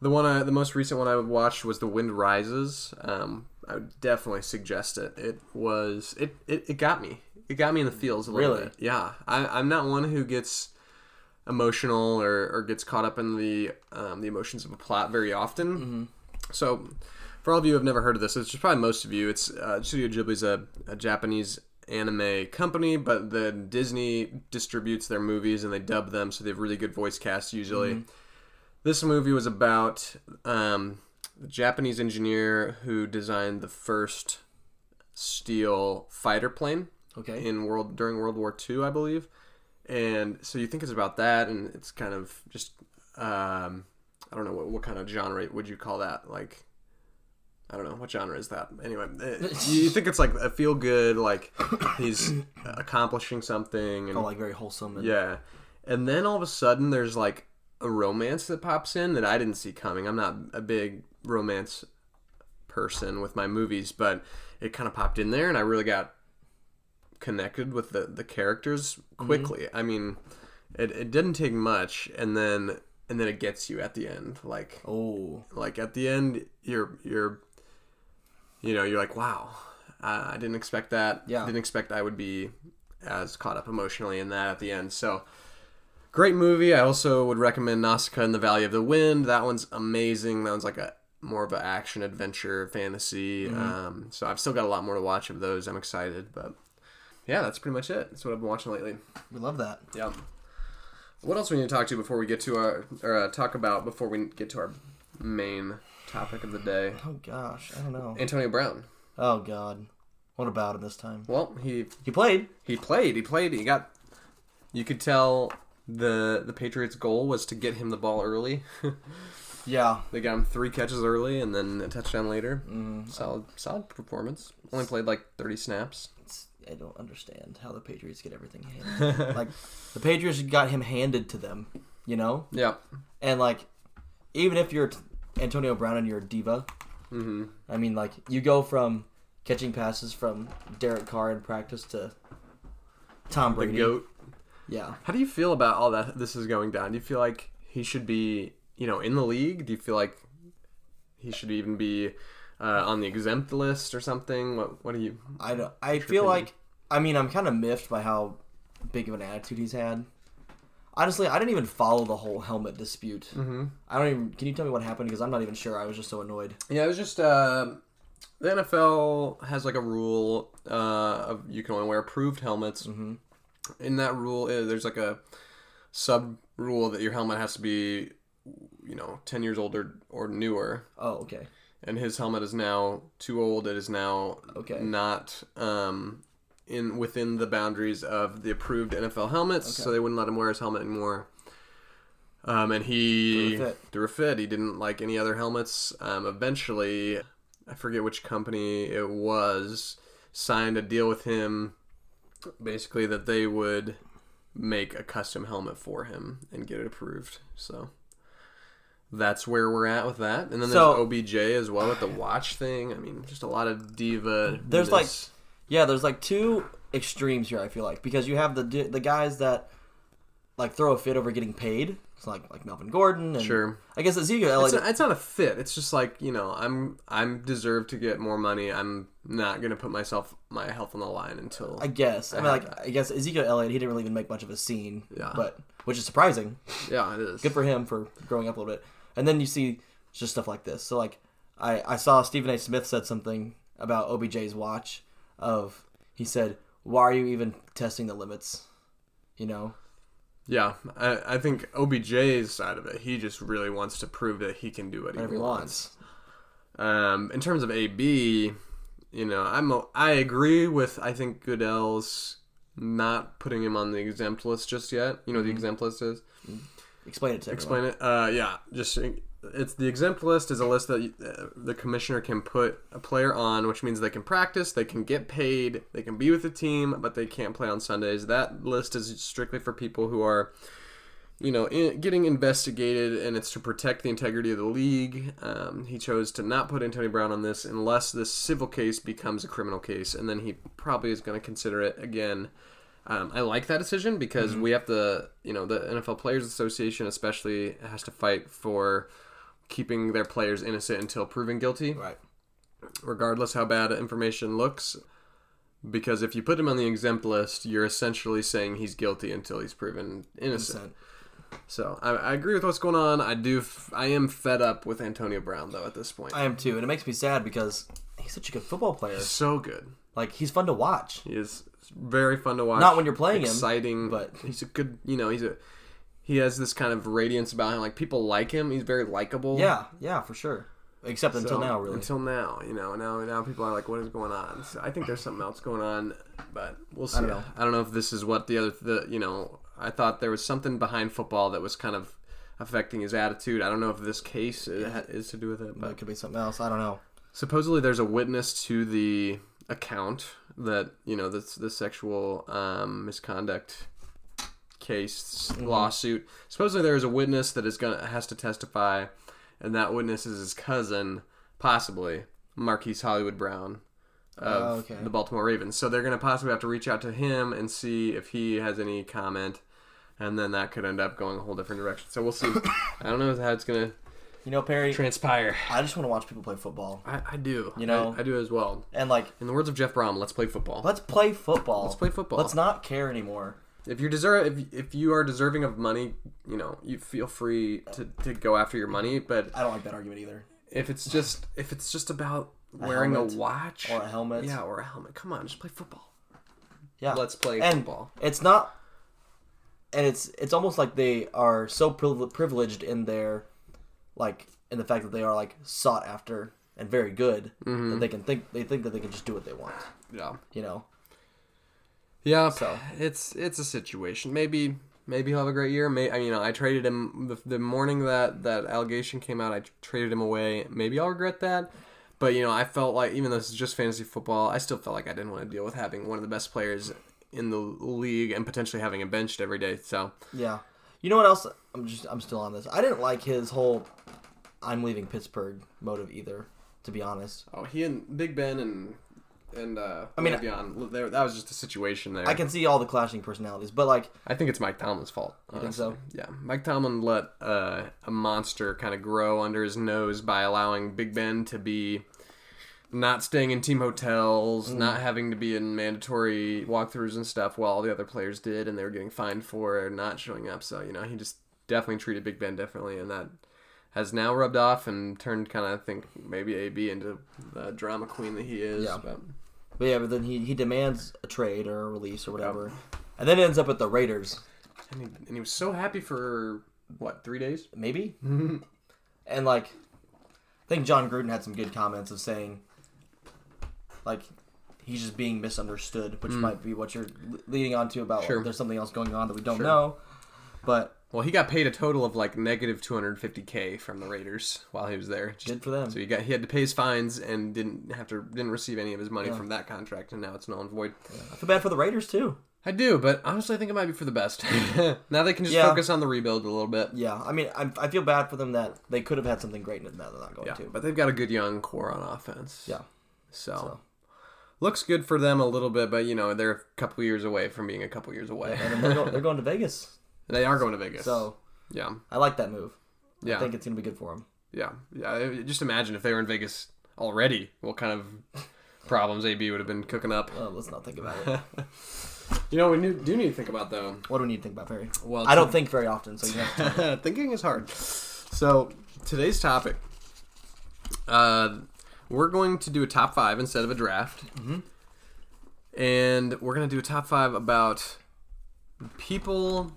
[SPEAKER 1] the one, I, the most recent one I watched was The Wind Rises. Um, I would definitely suggest it. It was it, it, it got me. It got me in the feels a little
[SPEAKER 2] Really?
[SPEAKER 1] bit. Yeah, I, I'm not one who gets emotional or, or gets caught up in the um, the emotions of a plot very often. So, for all of you who have never heard of this, which is probably most of you, it's uh, Studio Ghibli's a, a Japanese anime company, but the Disney distributes their movies and they dub them, so they have really good voice casts usually. This movie was about um, a Japanese engineer who designed the first steel fighter plane
[SPEAKER 2] Okay.
[SPEAKER 1] in world during World War II, I believe. And so you think it's about that, and it's kind of just um, I don't know what, what kind of genre would you call that? Like I don't know what genre is that. Anyway, it- you think it's like a feel good, like he's (coughs) accomplishing something, and
[SPEAKER 2] Oh, like very wholesome. And,
[SPEAKER 1] yeah. And then all of a sudden, there's like a romance that pops in that I didn't see coming. I'm not a big romance person with my movies, but it kind of popped in there, and I really got connected with the, the characters quickly. I mean, it, it didn't take much, and then and then it gets you at the end, like
[SPEAKER 2] Oh.
[SPEAKER 1] like at the end you're you're you know you're like wow i, I didn't expect that
[SPEAKER 2] Yeah.
[SPEAKER 1] didn't expect i would be as caught up emotionally in that at the end so great movie i also would recommend nausicaa and the valley of the wind that one's amazing that one's like a more of an action adventure fantasy um, so i've still got a lot more to watch of those i'm excited but yeah that's pretty much it that's what i've been watching lately
[SPEAKER 2] We love that.
[SPEAKER 1] Yep. What else we need to talk to before we get to our or uh, talk about before we get to our main topic of the day?
[SPEAKER 2] Oh gosh, I don't know.
[SPEAKER 1] Antonio Brown.
[SPEAKER 2] Oh god. What about him this time?
[SPEAKER 1] Well, he
[SPEAKER 2] He played.
[SPEAKER 1] he played. He played. He got. You could tell the the Patriots' goal was to get him the ball early.
[SPEAKER 2] Yeah.
[SPEAKER 1] they got him three catches early and then a touchdown later. Solid solid performance. Only played like thirty snaps.
[SPEAKER 2] It's, I don't understand how the Patriots get everything
[SPEAKER 1] (laughs)
[SPEAKER 2] handed. like the Patriots got him handed to them, you know?
[SPEAKER 1] Yep.
[SPEAKER 2] And like even if you're t- Antonio Brown and you're a diva,
[SPEAKER 1] Mm-hmm.
[SPEAKER 2] I mean like you go from catching passes from Derek Carr in practice to Tom
[SPEAKER 1] The
[SPEAKER 2] Brady.
[SPEAKER 1] goat.
[SPEAKER 2] Yeah.
[SPEAKER 1] How do you feel about all that? This is going down. Do you feel like he should be, you know, in the league? Do you feel like he should even be uh, on the exempt list or something? What What do you?
[SPEAKER 2] I don't. I feel
[SPEAKER 1] opinion?
[SPEAKER 2] like. I mean, I'm kind of miffed by how big of an attitude he's had. Honestly, I didn't even follow the whole helmet dispute.
[SPEAKER 1] Mm-hmm.
[SPEAKER 2] I don't even. Can you tell me what happened? Because I'm not even sure. I was just so annoyed.
[SPEAKER 1] Yeah, it was just uh, the NFL has like a rule uh, of you can only wear approved helmets.
[SPEAKER 2] Mhm.
[SPEAKER 1] In that rule, uh, there's like a sub rule that your helmet has to be, you know, ten years old or, or newer.
[SPEAKER 2] Oh, okay.
[SPEAKER 1] And his helmet is now too old. It is now
[SPEAKER 2] Okay.
[SPEAKER 1] not um, in within the boundaries of the approved NFL helmets, so they wouldn't let him wear his helmet anymore. Um, and he
[SPEAKER 2] Threw a fit.
[SPEAKER 1] threw a fit. He didn't like any other helmets. Um, eventually, I forget which company it was, signed a deal with him, basically that they would make a custom helmet for him and get it approved. So. That's where we're at with that, and then there's
[SPEAKER 2] So-
[SPEAKER 1] OBJ as well with the watch thing. I mean, just a lot of diva.
[SPEAKER 2] There's, like, Yeah, there's like two extremes here. I feel like because you have the d- the guys that like throw a fit over getting paid. It's like like Melvin Gordon. And
[SPEAKER 1] Sure.
[SPEAKER 2] I guess Ezekiel
[SPEAKER 1] it's,
[SPEAKER 2] Elliott.
[SPEAKER 1] not, it's not a fit. It's just like you know, I'm I'm deserved to get more money. I'm not gonna put myself my health on the line until
[SPEAKER 2] I guess. I, mean,
[SPEAKER 1] have
[SPEAKER 2] like (laughs) I guess Ezekiel Elliott. He didn't really even make much of a scene.
[SPEAKER 1] Yeah.
[SPEAKER 2] But which is surprising.
[SPEAKER 1] yeah, it is.
[SPEAKER 2] Good for him for growing up a little bit. And then you see just stuff like this. So like I I saw Stephen A. Smith said something about OBJ's watch. Of he said, "Why are you even testing the limits?" You know.
[SPEAKER 1] yeah, I, I think OBJ's side of it, he just really wants to prove that he can do what
[SPEAKER 2] Whatever
[SPEAKER 1] he
[SPEAKER 2] he
[SPEAKER 1] wants.
[SPEAKER 2] wants.
[SPEAKER 1] Um, in terms of AB, you know, I'm a, I agree with I think Goodell's not putting him on the exempt list just yet. You know, what the exempt list is.
[SPEAKER 2] Explain it to
[SPEAKER 1] explain
[SPEAKER 2] everyone.
[SPEAKER 1] it uh yeah just it's the exempt list is a list that you- uh, the commissioner can put a player on which means they can practice they can get paid they can be with the team but they can't play on sundays that list is strictly for people who are you know in, getting investigated and it's to protect the integrity of the league um, he chose to not put antonio brown on this unless this civil case becomes a criminal case and then he probably is going to consider it again um, I like that decision because we have to, you know, the NFL Players Association especially has to fight for keeping their players innocent until proven guilty,
[SPEAKER 2] Right.
[SPEAKER 1] regardless how bad information looks. Because if you put him on the exempt list, you're essentially saying he's guilty until he's proven innocent.
[SPEAKER 2] Percent.
[SPEAKER 1] So I, I agree with what's going on. I do. F- I am fed up with Antonio Brown though at this point.
[SPEAKER 2] I am too, and it makes me sad because he's such a good football player.
[SPEAKER 1] so good.
[SPEAKER 2] Like he's fun to watch.
[SPEAKER 1] He is very fun to watch.
[SPEAKER 2] Not when you're playing him,
[SPEAKER 1] exciting,
[SPEAKER 2] but-
[SPEAKER 1] he's a good. You know, he's a he has this kind of radiance about him. Like people like him. He's very likable.
[SPEAKER 2] Yeah, yeah, for sure. Except
[SPEAKER 1] So,
[SPEAKER 2] until now, really.
[SPEAKER 1] Until now, you know. Now, now people are like, "What is going on?" So I think there's something else going on, but we'll see. I
[SPEAKER 2] don't
[SPEAKER 1] don't know,
[SPEAKER 2] know.
[SPEAKER 1] if this is what the other. The you know, I thought there was something behind football that was kind of affecting his attitude. I don't know if this case i- ha- is to do with it, but
[SPEAKER 2] but it could be something else. I don't know.
[SPEAKER 1] supposedly there's a witness to the account that you know that's the sexual um, misconduct case lawsuit supposedly there is a witness that is gonna has to testify and that witness is his cousin possibly Marquise Hollywood Brown of
[SPEAKER 2] Oh, okay.
[SPEAKER 1] the Baltimore Ravens so they're gonna possibly have to reach out to him and see if he has any comment and then that could end up going a whole different direction so we'll see (coughs) I don't know how it's gonna
[SPEAKER 2] You know, Perry.
[SPEAKER 1] transpire
[SPEAKER 2] I just want to watch people play football,
[SPEAKER 1] I, I do
[SPEAKER 2] You know?
[SPEAKER 1] I- I do as well
[SPEAKER 2] and like,
[SPEAKER 1] in the words of Jeff Brom, let's play football.
[SPEAKER 2] let's play football.
[SPEAKER 1] Let's play football.
[SPEAKER 2] Let's not care anymore.
[SPEAKER 1] if you deserve, if, if you are deserving of money, you know, you feel free to, to go after your money. But
[SPEAKER 2] I don't like that argument either.
[SPEAKER 1] if it's just if it's just about wearing
[SPEAKER 2] helmet.
[SPEAKER 1] a watch
[SPEAKER 2] Or a helmet.
[SPEAKER 1] yeah, or a helmet, come on, just play football.
[SPEAKER 2] Yeah.
[SPEAKER 1] Let's play
[SPEAKER 2] and
[SPEAKER 1] football.
[SPEAKER 2] It's not. And it's it's almost like they are so priv- privileged in their, like in the fact that they are like sought after and very good that they can think they think that they can just do what they want.
[SPEAKER 1] Yeah,
[SPEAKER 2] You know.
[SPEAKER 1] yeah.
[SPEAKER 2] So.
[SPEAKER 1] it's it's a situation. Maybe maybe he'll have a great year. May I mean, you know, I traded him the, the morning that that allegation came out. I traded him away. Maybe I'll regret that. But you know, I felt like even though this is just fantasy football, I still felt like I didn't want to deal with having one of the best players in the league and potentially having him benched every day. So
[SPEAKER 2] Yeah. You know what else? I'm just I'm still on this. I didn't like his whole I'm leaving Pittsburgh motive either, to be honest.
[SPEAKER 1] oh, he and Big Ben and and uh, I
[SPEAKER 2] mean,
[SPEAKER 1] Le'Veon, there, that was just a situation there.
[SPEAKER 2] I can see all the clashing personalities, but like
[SPEAKER 1] I think it's Mike Tomlin's fault. You
[SPEAKER 2] think so?
[SPEAKER 1] Yeah, Mike Tomlin let uh, a monster kind of grow under his nose by allowing Big Ben to be not staying in team hotels,
[SPEAKER 2] Mm.
[SPEAKER 1] not having to be in mandatory walkthroughs and stuff while all the other players did, and they were getting fined for not showing up. So, you know, he just definitely treated Big Ben differently, and that has now rubbed off and turned kind of, I think, maybe AB into the drama queen that he is.
[SPEAKER 2] Yeah.
[SPEAKER 1] But
[SPEAKER 2] But yeah, but then he, he demands a trade or a release or whatever, and then ends up at the Raiders,
[SPEAKER 1] and he, and he was so happy for, what, three days?
[SPEAKER 2] maybe.
[SPEAKER 1] Mm-hmm.
[SPEAKER 2] and like, I think John Gruden had some good comments of saying, like, he's just being misunderstood, which might be what you're le- leading on to about
[SPEAKER 1] Mm. Sure.
[SPEAKER 2] there's something else going on that we don't
[SPEAKER 1] Sure.
[SPEAKER 2] know. But
[SPEAKER 1] Well, he got paid a total of like negative 250K from the Raiders while he was there. Just
[SPEAKER 2] good for them.
[SPEAKER 1] So he got he had to pay his fines and didn't have to didn't receive any of his money
[SPEAKER 2] Yeah.
[SPEAKER 1] from that contract, and now it's null and void.
[SPEAKER 2] I feel bad for the Raiders too.
[SPEAKER 1] I do, but honestly, I think it might be for the best. (laughs) now they can just
[SPEAKER 2] Yeah.
[SPEAKER 1] focus on the rebuild a little bit.
[SPEAKER 2] Yeah, I mean, I, I feel bad for them that they could have had something great and now they're not going
[SPEAKER 1] Yeah,
[SPEAKER 2] to.
[SPEAKER 1] but they've got a good young core on offense.
[SPEAKER 2] Yeah.
[SPEAKER 1] so.
[SPEAKER 2] So.
[SPEAKER 1] looks good for them a little bit, but you know they're a couple years away from being a couple years away.
[SPEAKER 2] And then they're, going, they're going to Vegas,
[SPEAKER 1] (laughs) they are going to Vegas.
[SPEAKER 2] so
[SPEAKER 1] yeah,
[SPEAKER 2] I like that move.
[SPEAKER 1] yeah,
[SPEAKER 2] I think it's going to be good for them.
[SPEAKER 1] yeah, yeah. Just imagine if they were in Vegas already, what kind of (laughs) problems AB would have been cooking up.
[SPEAKER 2] Uh, let's not think about it.
[SPEAKER 1] You know, we do do need to think about though.
[SPEAKER 2] What do we need to think about, Perry?
[SPEAKER 1] Well,
[SPEAKER 2] I don't think very often, so you
[SPEAKER 1] (laughs)
[SPEAKER 2] have to.
[SPEAKER 1] Thinking is hard. So today's topic, uh, we're going to do a top five instead of a draft, and we're going to do a top five about people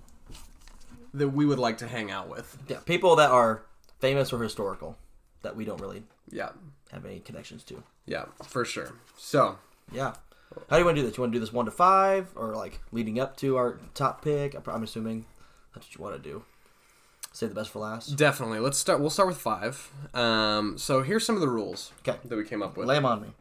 [SPEAKER 1] that we would like to hang out with.
[SPEAKER 2] Yeah, people that are famous or historical that we don't really
[SPEAKER 1] Yeah,
[SPEAKER 2] have any connections to.
[SPEAKER 1] yeah, for sure. So
[SPEAKER 2] Yeah. How do you want to do this? You want to do this one to five, or like leading up to our top pick? I'm- I'm assuming that's what you want to do. Save the best for last.
[SPEAKER 1] definitely, let's start. We'll start with five. Um, so here's some of the rules
[SPEAKER 2] Okay,
[SPEAKER 1] that we came up with.
[SPEAKER 2] lay 'em on me.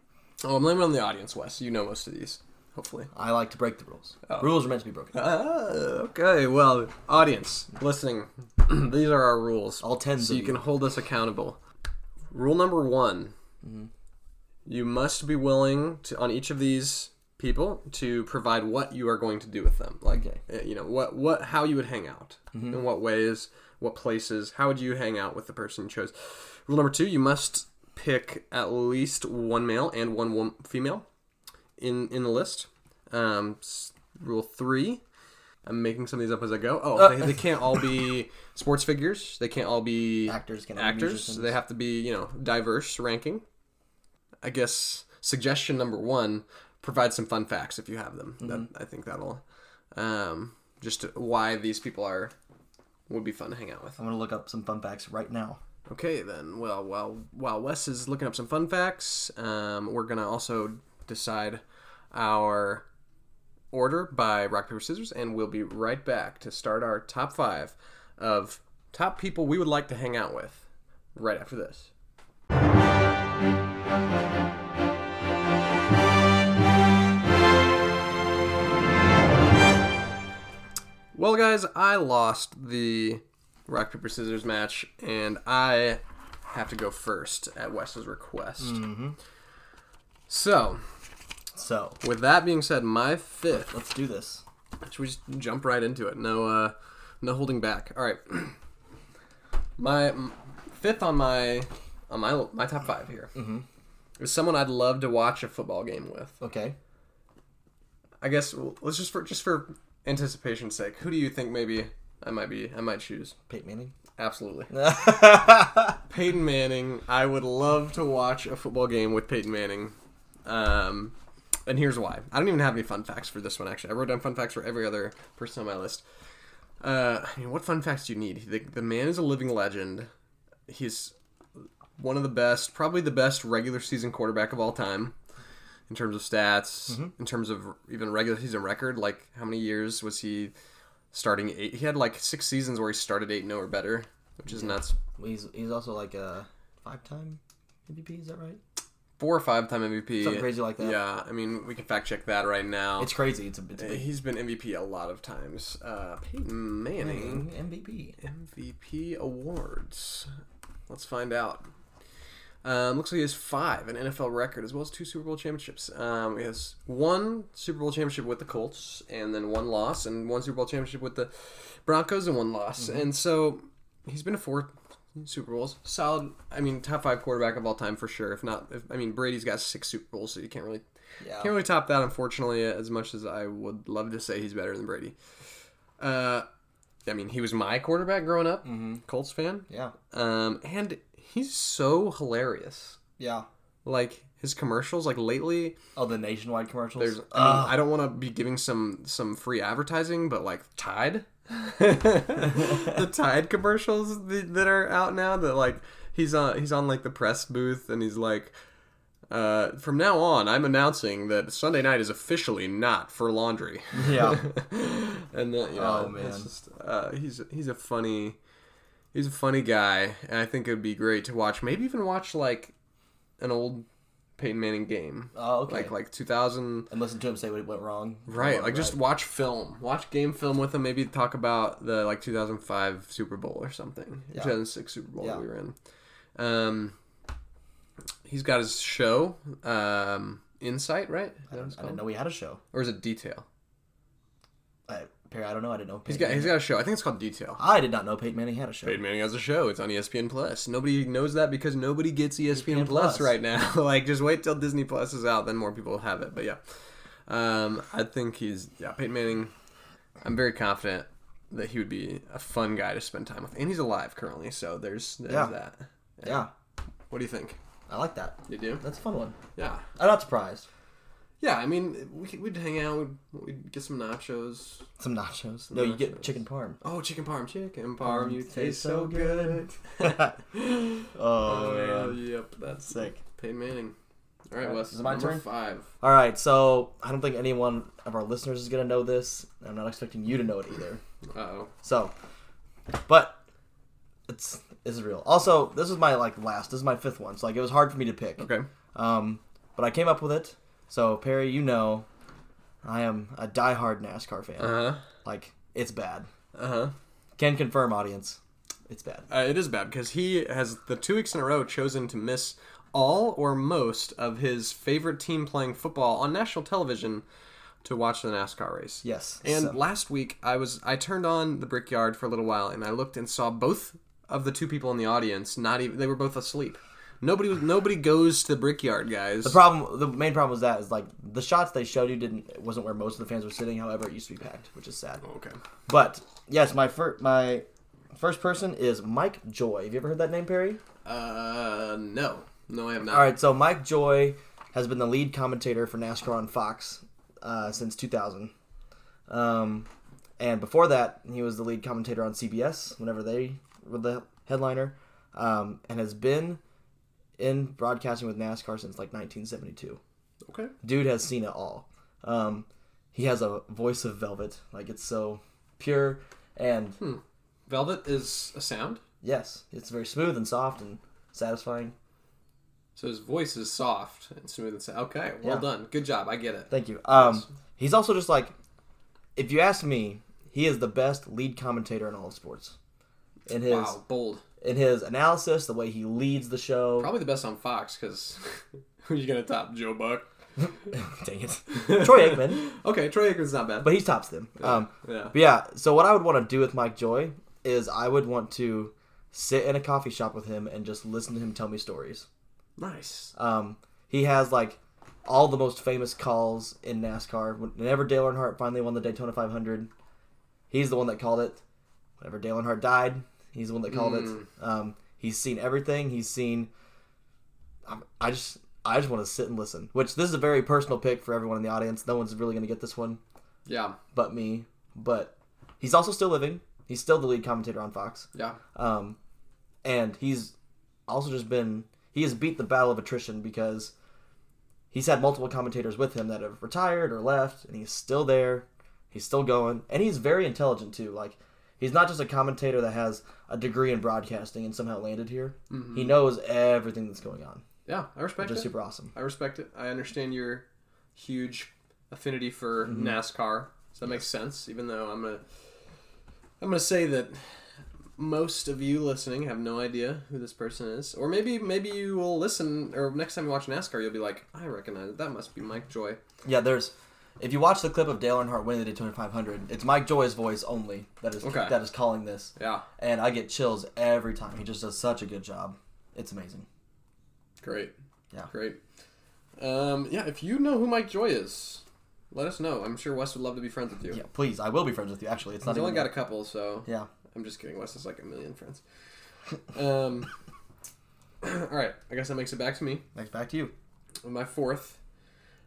[SPEAKER 1] Oh, I'm laying it on the audience, Wes. You know most of these, hopefully.
[SPEAKER 2] I like to break the rules.
[SPEAKER 1] Oh.
[SPEAKER 2] Rules are meant to
[SPEAKER 1] (laughs)
[SPEAKER 2] be broken.
[SPEAKER 1] Ah, okay, well, audience listening, (clears throat) these are our rules.
[SPEAKER 2] All tens
[SPEAKER 1] so
[SPEAKER 2] of
[SPEAKER 1] you can hold us accountable. Rule number one: you must be willing to on each of these people to provide what you are going to do with them, like
[SPEAKER 2] Okay.
[SPEAKER 1] eh, you know what what how you would hang out, in what ways, what places, how would you hang out with the person you chose. Rule number two: you must pick at least one male and one wom- female in in the list. Um, s- rule three. I'm making some of these up as I go. Oh, they, they can't all (laughs) be sports figures. They can't all be
[SPEAKER 2] Actors can
[SPEAKER 1] actors. They have to be you know diverse ranking. I guess suggestion number one: provide some fun facts if you have them. That, I think that'll um, just why these people are would be fun to hang out with.
[SPEAKER 2] I'm gonna look up some fun facts right now.
[SPEAKER 1] Okay, then. Well, while while Wes is looking up some fun facts, um, we're gonna also decide our order by rock paper scissors, and we'll be right back to start our top five of top people we would like to hang out with. Right after this. Well, guys, I lost the rock paper scissors match, and I have to go first at Wes's request. So,
[SPEAKER 2] So
[SPEAKER 1] with that being said, my fifth
[SPEAKER 2] let's do this.
[SPEAKER 1] should we just jump right into it? No, uh, no holding back. All right. (clears throat) my m- fifth on my on my my top five here is someone I'd love to watch a football game with.
[SPEAKER 2] Okay.
[SPEAKER 1] I guess well, let's just for just for anticipation's sake, who do you think maybe I might be I might choose?
[SPEAKER 2] Peyton Manning. (laughs)
[SPEAKER 1] Absolutely, Peyton Manning. I would love to watch a football game with Peyton Manning. Um, and here's why. I don't even have any fun facts for this one. Actually, I wrote down fun facts for every other person on my list. Uh, I mean, what fun facts do you need? The, the man is a living legend. He's one of the best, probably the best regular season quarterback of all time in terms of stats, in terms of even regular season record. Like, how many years was he starting eight? He had like six seasons where he started 8 0 or better, which is nuts.
[SPEAKER 2] He's he's also like a five-time MVP. Is that right?
[SPEAKER 1] Four or five time MVP.
[SPEAKER 2] Something crazy like that.
[SPEAKER 1] Yeah, I mean, we can fact check that right now.
[SPEAKER 2] It's crazy. It's a it's a big
[SPEAKER 1] He's been MVP a lot of times. Uh, Peyton Manning.
[SPEAKER 2] thing. MVP.
[SPEAKER 1] MVP awards. Let's find out. Um, looks like he has five, an NFL record, as well as two Super Bowl championships. Um, he has one Super Bowl championship with the Colts, and then one loss, and one Super Bowl championship with the Broncos, and one loss. And so he's been a four Super Bowls. Solid. I mean, top five quarterback of all time for sure. If not, if, I mean, Brady's got six Super Bowls, so you can't really
[SPEAKER 2] Yeah.
[SPEAKER 1] can't really top that. Unfortunately, as much as I would love to say he's better than Brady. Uh, I mean, he was my quarterback growing up, Colts fan,
[SPEAKER 2] yeah.
[SPEAKER 1] um, and he's so hilarious.
[SPEAKER 2] Yeah.
[SPEAKER 1] Like his commercials, like lately,
[SPEAKER 2] Oh, the nationwide commercials. Ah.
[SPEAKER 1] there's, I, mean,
[SPEAKER 2] Oh.
[SPEAKER 1] I don't want to be giving some some free advertising, but like Tide, (laughs) the Tide commercials th- that are out now. That like he's on he's on like the press booth and he's like, uh, from now on, I'm announcing that Sunday night is officially not for laundry.
[SPEAKER 2] yeah.
[SPEAKER 1] (laughs) and then you know,
[SPEAKER 2] Oh, man.
[SPEAKER 1] it's just, uh, he's he's a funny he's a funny guy, and I think it would be great to watch. Maybe even watch like an old Peyton Manning game.
[SPEAKER 2] Oh, okay.
[SPEAKER 1] Like like 2000
[SPEAKER 2] and listen to him say what went wrong.
[SPEAKER 1] Right, like (laughs) just watch film, watch game film with them. Maybe talk about the like 2005 Super Bowl or something, or 2006 Super Bowl
[SPEAKER 2] Yeah.
[SPEAKER 1] that we were in. Um, he's got his show, um, Insight, right? Is that what it's
[SPEAKER 2] I didn't
[SPEAKER 1] called?
[SPEAKER 2] know we had a show.
[SPEAKER 1] Or is it Detail?
[SPEAKER 2] I, Perry, I don't know. I didn't know.
[SPEAKER 1] He's
[SPEAKER 2] Peyton
[SPEAKER 1] got
[SPEAKER 2] Manning-
[SPEAKER 1] he's got a show. I think it's called Detail.
[SPEAKER 2] I did not know Peyton Manning had a show.
[SPEAKER 1] Peyton Manning has a show. It's on E ESPN Plus. Nobody knows that because nobody gets E ESPN,
[SPEAKER 2] ESPN
[SPEAKER 1] Plus
[SPEAKER 2] Plus.
[SPEAKER 1] right now. (laughs) like, just wait till Disney Plus is out, then more people will have it. But yeah, um, I think he's yeah Peyton Manning. I'm very confident that he would be a fun guy to spend time with, and he's alive currently. So there's, there's
[SPEAKER 2] Yeah.
[SPEAKER 1] that.
[SPEAKER 2] Yeah,
[SPEAKER 1] What do you think?
[SPEAKER 2] I like that.
[SPEAKER 1] You do?
[SPEAKER 2] That's a fun one.
[SPEAKER 1] Yeah,
[SPEAKER 2] I'm not surprised.
[SPEAKER 1] yeah. I mean, we could, we'd hang out. We'd, we'd get some nachos.
[SPEAKER 2] Some nachos. No, you get chicken parm.
[SPEAKER 1] Oh, chicken parm, chicken parm, you taste so good. (laughs) Oh,
[SPEAKER 2] oh,
[SPEAKER 1] yep, that's
[SPEAKER 2] sick.
[SPEAKER 1] Peyton Manning. All right,
[SPEAKER 2] Alright,
[SPEAKER 1] Wes.
[SPEAKER 2] is it my
[SPEAKER 1] number
[SPEAKER 2] turn?
[SPEAKER 1] Five.
[SPEAKER 2] (laughs) All right, so I don't think any one of our listeners is gonna know this. and I'm not expecting you to know it either.
[SPEAKER 1] Uh oh.
[SPEAKER 2] So, but it's this is real. Also, this is my like last. This is my fifth one. So like it was hard for me to pick.
[SPEAKER 1] Okay.
[SPEAKER 2] Um, but I came up with it. So Perry, you know, I am a diehard NASCAR fan.
[SPEAKER 1] Uh huh.
[SPEAKER 2] Like it's bad.
[SPEAKER 1] Uh
[SPEAKER 2] Uh-huh.
[SPEAKER 1] huh.
[SPEAKER 2] Can confirm, audience, it's bad.
[SPEAKER 1] Uh, it is bad because he has the two weeks in a row chosen to miss all or most of his favorite team playing football on national television to watch the NASCAR race.
[SPEAKER 2] Yes.
[SPEAKER 1] And
[SPEAKER 2] so-
[SPEAKER 1] last week I was I turned on the Brickyard for a little while and I looked and saw both of the two people in the audience. Not even they were both asleep. Nobody was nobody goes to the Brickyard, guys.
[SPEAKER 2] the problem, the main problem was that is like the shots they showed you didn't it wasn't where most of the fans were sitting. However, it used to be packed, which is sad.
[SPEAKER 1] okay.
[SPEAKER 2] But yes, my first my first person is Mike Joy. Have you ever heard that name, Perry?
[SPEAKER 1] Uh no, no I have not.
[SPEAKER 2] All right, so Mike Joy has been the lead commentator for NASCAR on Fox uh, since 2000. Um, and before that, he was the lead commentator on CBS whenever they were the headliner, um, and has been in broadcasting with NASCAR since like 1972.
[SPEAKER 1] Okay.
[SPEAKER 2] Dude has seen it all. Um, he has a voice of velvet, like it's so pure, and
[SPEAKER 1] Velvet is a sound.
[SPEAKER 2] yes, it's very smooth and soft and satisfying.
[SPEAKER 1] So his voice is soft and smooth and sound. Okay, well
[SPEAKER 2] Yeah.
[SPEAKER 1] done. Good job. I get it.
[SPEAKER 2] Thank you. Um, he's also just like, if you ask me, he is the best lead commentator in all of sports. In his
[SPEAKER 1] Wow, bold.
[SPEAKER 2] in his analysis, the way he leads the show.
[SPEAKER 1] Probably the best on Fox (laughs) because who are you gonna top? Joe Buck.
[SPEAKER 2] (laughs) Dang it, Troy Aikman.
[SPEAKER 1] (laughs) Okay, Troy Aikman's not bad.
[SPEAKER 2] But he tops them. Um,
[SPEAKER 1] yeah.
[SPEAKER 2] but yeah, so what I would want to do with Mike Joy is I would want to sit in a coffee shop with him and just listen to him tell me stories.
[SPEAKER 1] Nice.
[SPEAKER 2] Um, he has like all the most famous calls in NASCAR. Whenever Dale Earnhardt finally won the Daytona 500, he's the one that called it. Whenever Dale Earnhardt died, he's the one that called it. Um, he's seen everything. He's seen. I, I just I just want to sit and listen. Which this is a very personal pick for everyone in the audience. No one's really going to get this one
[SPEAKER 1] Yeah.
[SPEAKER 2] but me. But he's also still living. He's still the lead commentator on Fox.
[SPEAKER 1] Yeah.
[SPEAKER 2] Um, and he's also just been he has beat the battle of attrition because he's had multiple commentators with him that have retired or left, and he's still there. He's still going, and he's very intelligent too. Like he's not just a commentator that has a degree in broadcasting and somehow landed here. He knows everything that's going on,
[SPEAKER 1] Yeah. I respect
[SPEAKER 2] which
[SPEAKER 1] it.
[SPEAKER 2] is super awesome.
[SPEAKER 1] I respect it. I understand your huge affinity for
[SPEAKER 2] Mm-hmm.
[SPEAKER 1] NASCAR. So that makes sense. Even though I'm gonna, I'm gonna say that most of you listening have no idea who this person is, or maybe maybe you will listen, or next time you watch NASCAR, you'll be like, I recognize it. That must be Mike Joy.
[SPEAKER 2] Yeah, there's If you watch the clip of Dale Earnhardt winning the Daytona 500, it's Mike Joy's voice only that is
[SPEAKER 1] Okay.
[SPEAKER 2] that is calling this,
[SPEAKER 1] Yeah,
[SPEAKER 2] and I get chills every time. He just does such a good job. It's amazing.
[SPEAKER 1] great.
[SPEAKER 2] Yeah.
[SPEAKER 1] great. Um, yeah, if you know who Mike Joy is, let us know. I'm sure Wes would love to be friends with you.
[SPEAKER 2] Yeah, please, I will be friends with you. Actually, it's not
[SPEAKER 1] He's only
[SPEAKER 2] even.
[SPEAKER 1] got a couple, so
[SPEAKER 2] yeah,
[SPEAKER 1] I'm just kidding. Wes has like a million friends. Um, (clears throat) all right, I guess that makes it back to me.
[SPEAKER 2] next back to you.
[SPEAKER 1] My fourth.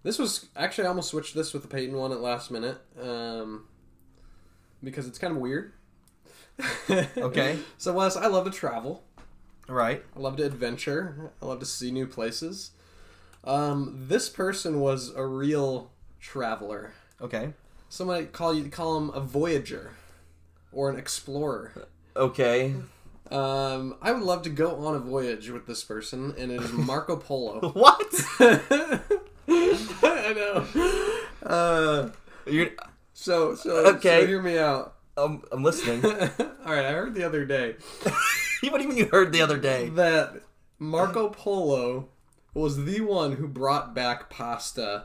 [SPEAKER 1] This was actually I almost switched this with the Peyton one at last minute, um, because it's kind of weird.
[SPEAKER 2] Okay.
[SPEAKER 1] (laughs) so Wes, I love to travel.
[SPEAKER 2] All right.
[SPEAKER 1] I love to adventure. I love to see new places. Um, this person was a real traveler.
[SPEAKER 2] Okay.
[SPEAKER 1] Somebody call you call him a voyager or an explorer.
[SPEAKER 2] Okay.
[SPEAKER 1] Um, I would love to go on a voyage with this person, and it is Marco
[SPEAKER 2] (laughs)
[SPEAKER 1] Polo.
[SPEAKER 2] (laughs)
[SPEAKER 1] (laughs)
[SPEAKER 2] What?
[SPEAKER 1] I know. Uh,
[SPEAKER 2] You're,
[SPEAKER 1] so so
[SPEAKER 2] Okay.
[SPEAKER 1] So hear me out. (laughs)
[SPEAKER 2] um, I'm listening. (laughs)
[SPEAKER 1] All right, I heard the other day
[SPEAKER 2] what do you mean you heard the other day?
[SPEAKER 1] that Marco Polo was the one who brought back
[SPEAKER 2] (laughs)
[SPEAKER 1] pasta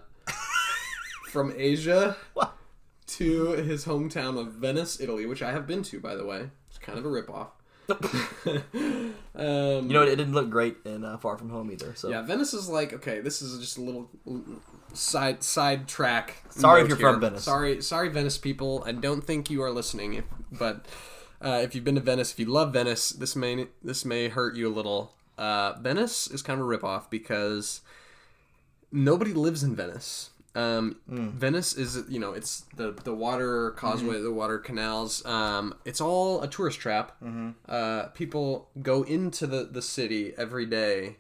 [SPEAKER 1] from Asia
[SPEAKER 2] What?
[SPEAKER 1] to his hometown of Venice, Italy, which I have been to, by the way. It's kind of a
[SPEAKER 2] (laughs)
[SPEAKER 1] ripoff. (laughs) um,
[SPEAKER 2] You know, it didn't look great in uh, Far From Home either. So
[SPEAKER 1] yeah, Venice is like okay. This is just a little side side track.
[SPEAKER 2] Sorry if
[SPEAKER 1] note
[SPEAKER 2] you're
[SPEAKER 1] here.
[SPEAKER 2] from Venice.
[SPEAKER 1] Sorry, sorry, Venice people. I don't think you are listening, if, but uh, if you've been to Venice, if you love Venice, this may this may hurt you a little. Uh, Venice is kind of a ripoff because nobody lives in Venice. Um,
[SPEAKER 2] Hmm.
[SPEAKER 1] Venice is you know it's the the water causeway,
[SPEAKER 2] Mm-hmm.
[SPEAKER 1] the water canals. Um, it's all a tourist trap.
[SPEAKER 2] Mm-hmm.
[SPEAKER 1] Uh, people go into the the city every day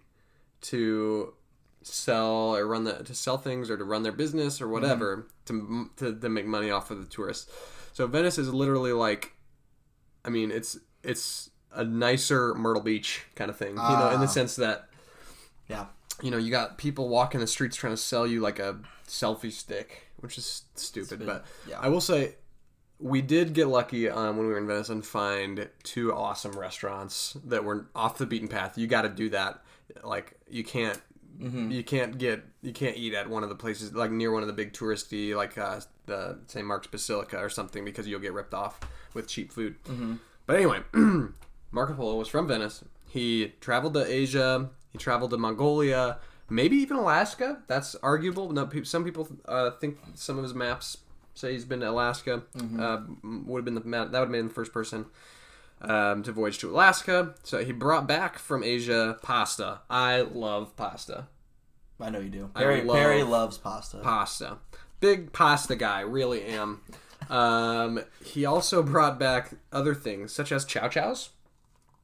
[SPEAKER 1] to sell or run the to sell things or to run their business or
[SPEAKER 2] Mm-hmm.
[SPEAKER 1] whatever to, to to make money off of the tourists. So Venice is literally like, I mean, it's it's a nicer Myrtle Beach kind of thing, you know, in
[SPEAKER 2] Ah.
[SPEAKER 1] the sense that
[SPEAKER 2] yeah.
[SPEAKER 1] you know, you got people walking the streets trying to sell you like a selfie stick, which is stupid. But
[SPEAKER 2] yeah.
[SPEAKER 1] I will say, we did get lucky um, when we were in Venice and find two awesome restaurants that were off the beaten path. You got to do that. Like you can't,
[SPEAKER 2] mm-hmm.
[SPEAKER 1] you can't get, you can't eat at one of the places like near one of the big touristy like uh, the St. Mark's Basilica or something because you'll get ripped off with cheap food. But anyway, (clears throat) Marco Polo was from Venice. He traveled to Asia. He traveled to Mongolia, maybe even Alaska. That's arguable. No, pe- some people uh, think some of his maps say he's been to Alaska. Uh, m- would have been the map that would have been the first person um, to voyage to Alaska. So he brought back from Asia pasta. I love pasta.
[SPEAKER 2] I know you do.
[SPEAKER 1] I
[SPEAKER 2] Perry,
[SPEAKER 1] love-
[SPEAKER 2] Perry loves pasta.
[SPEAKER 1] Pasta. Big pasta guy. Really am. Um, he also brought back other things such as chow chows.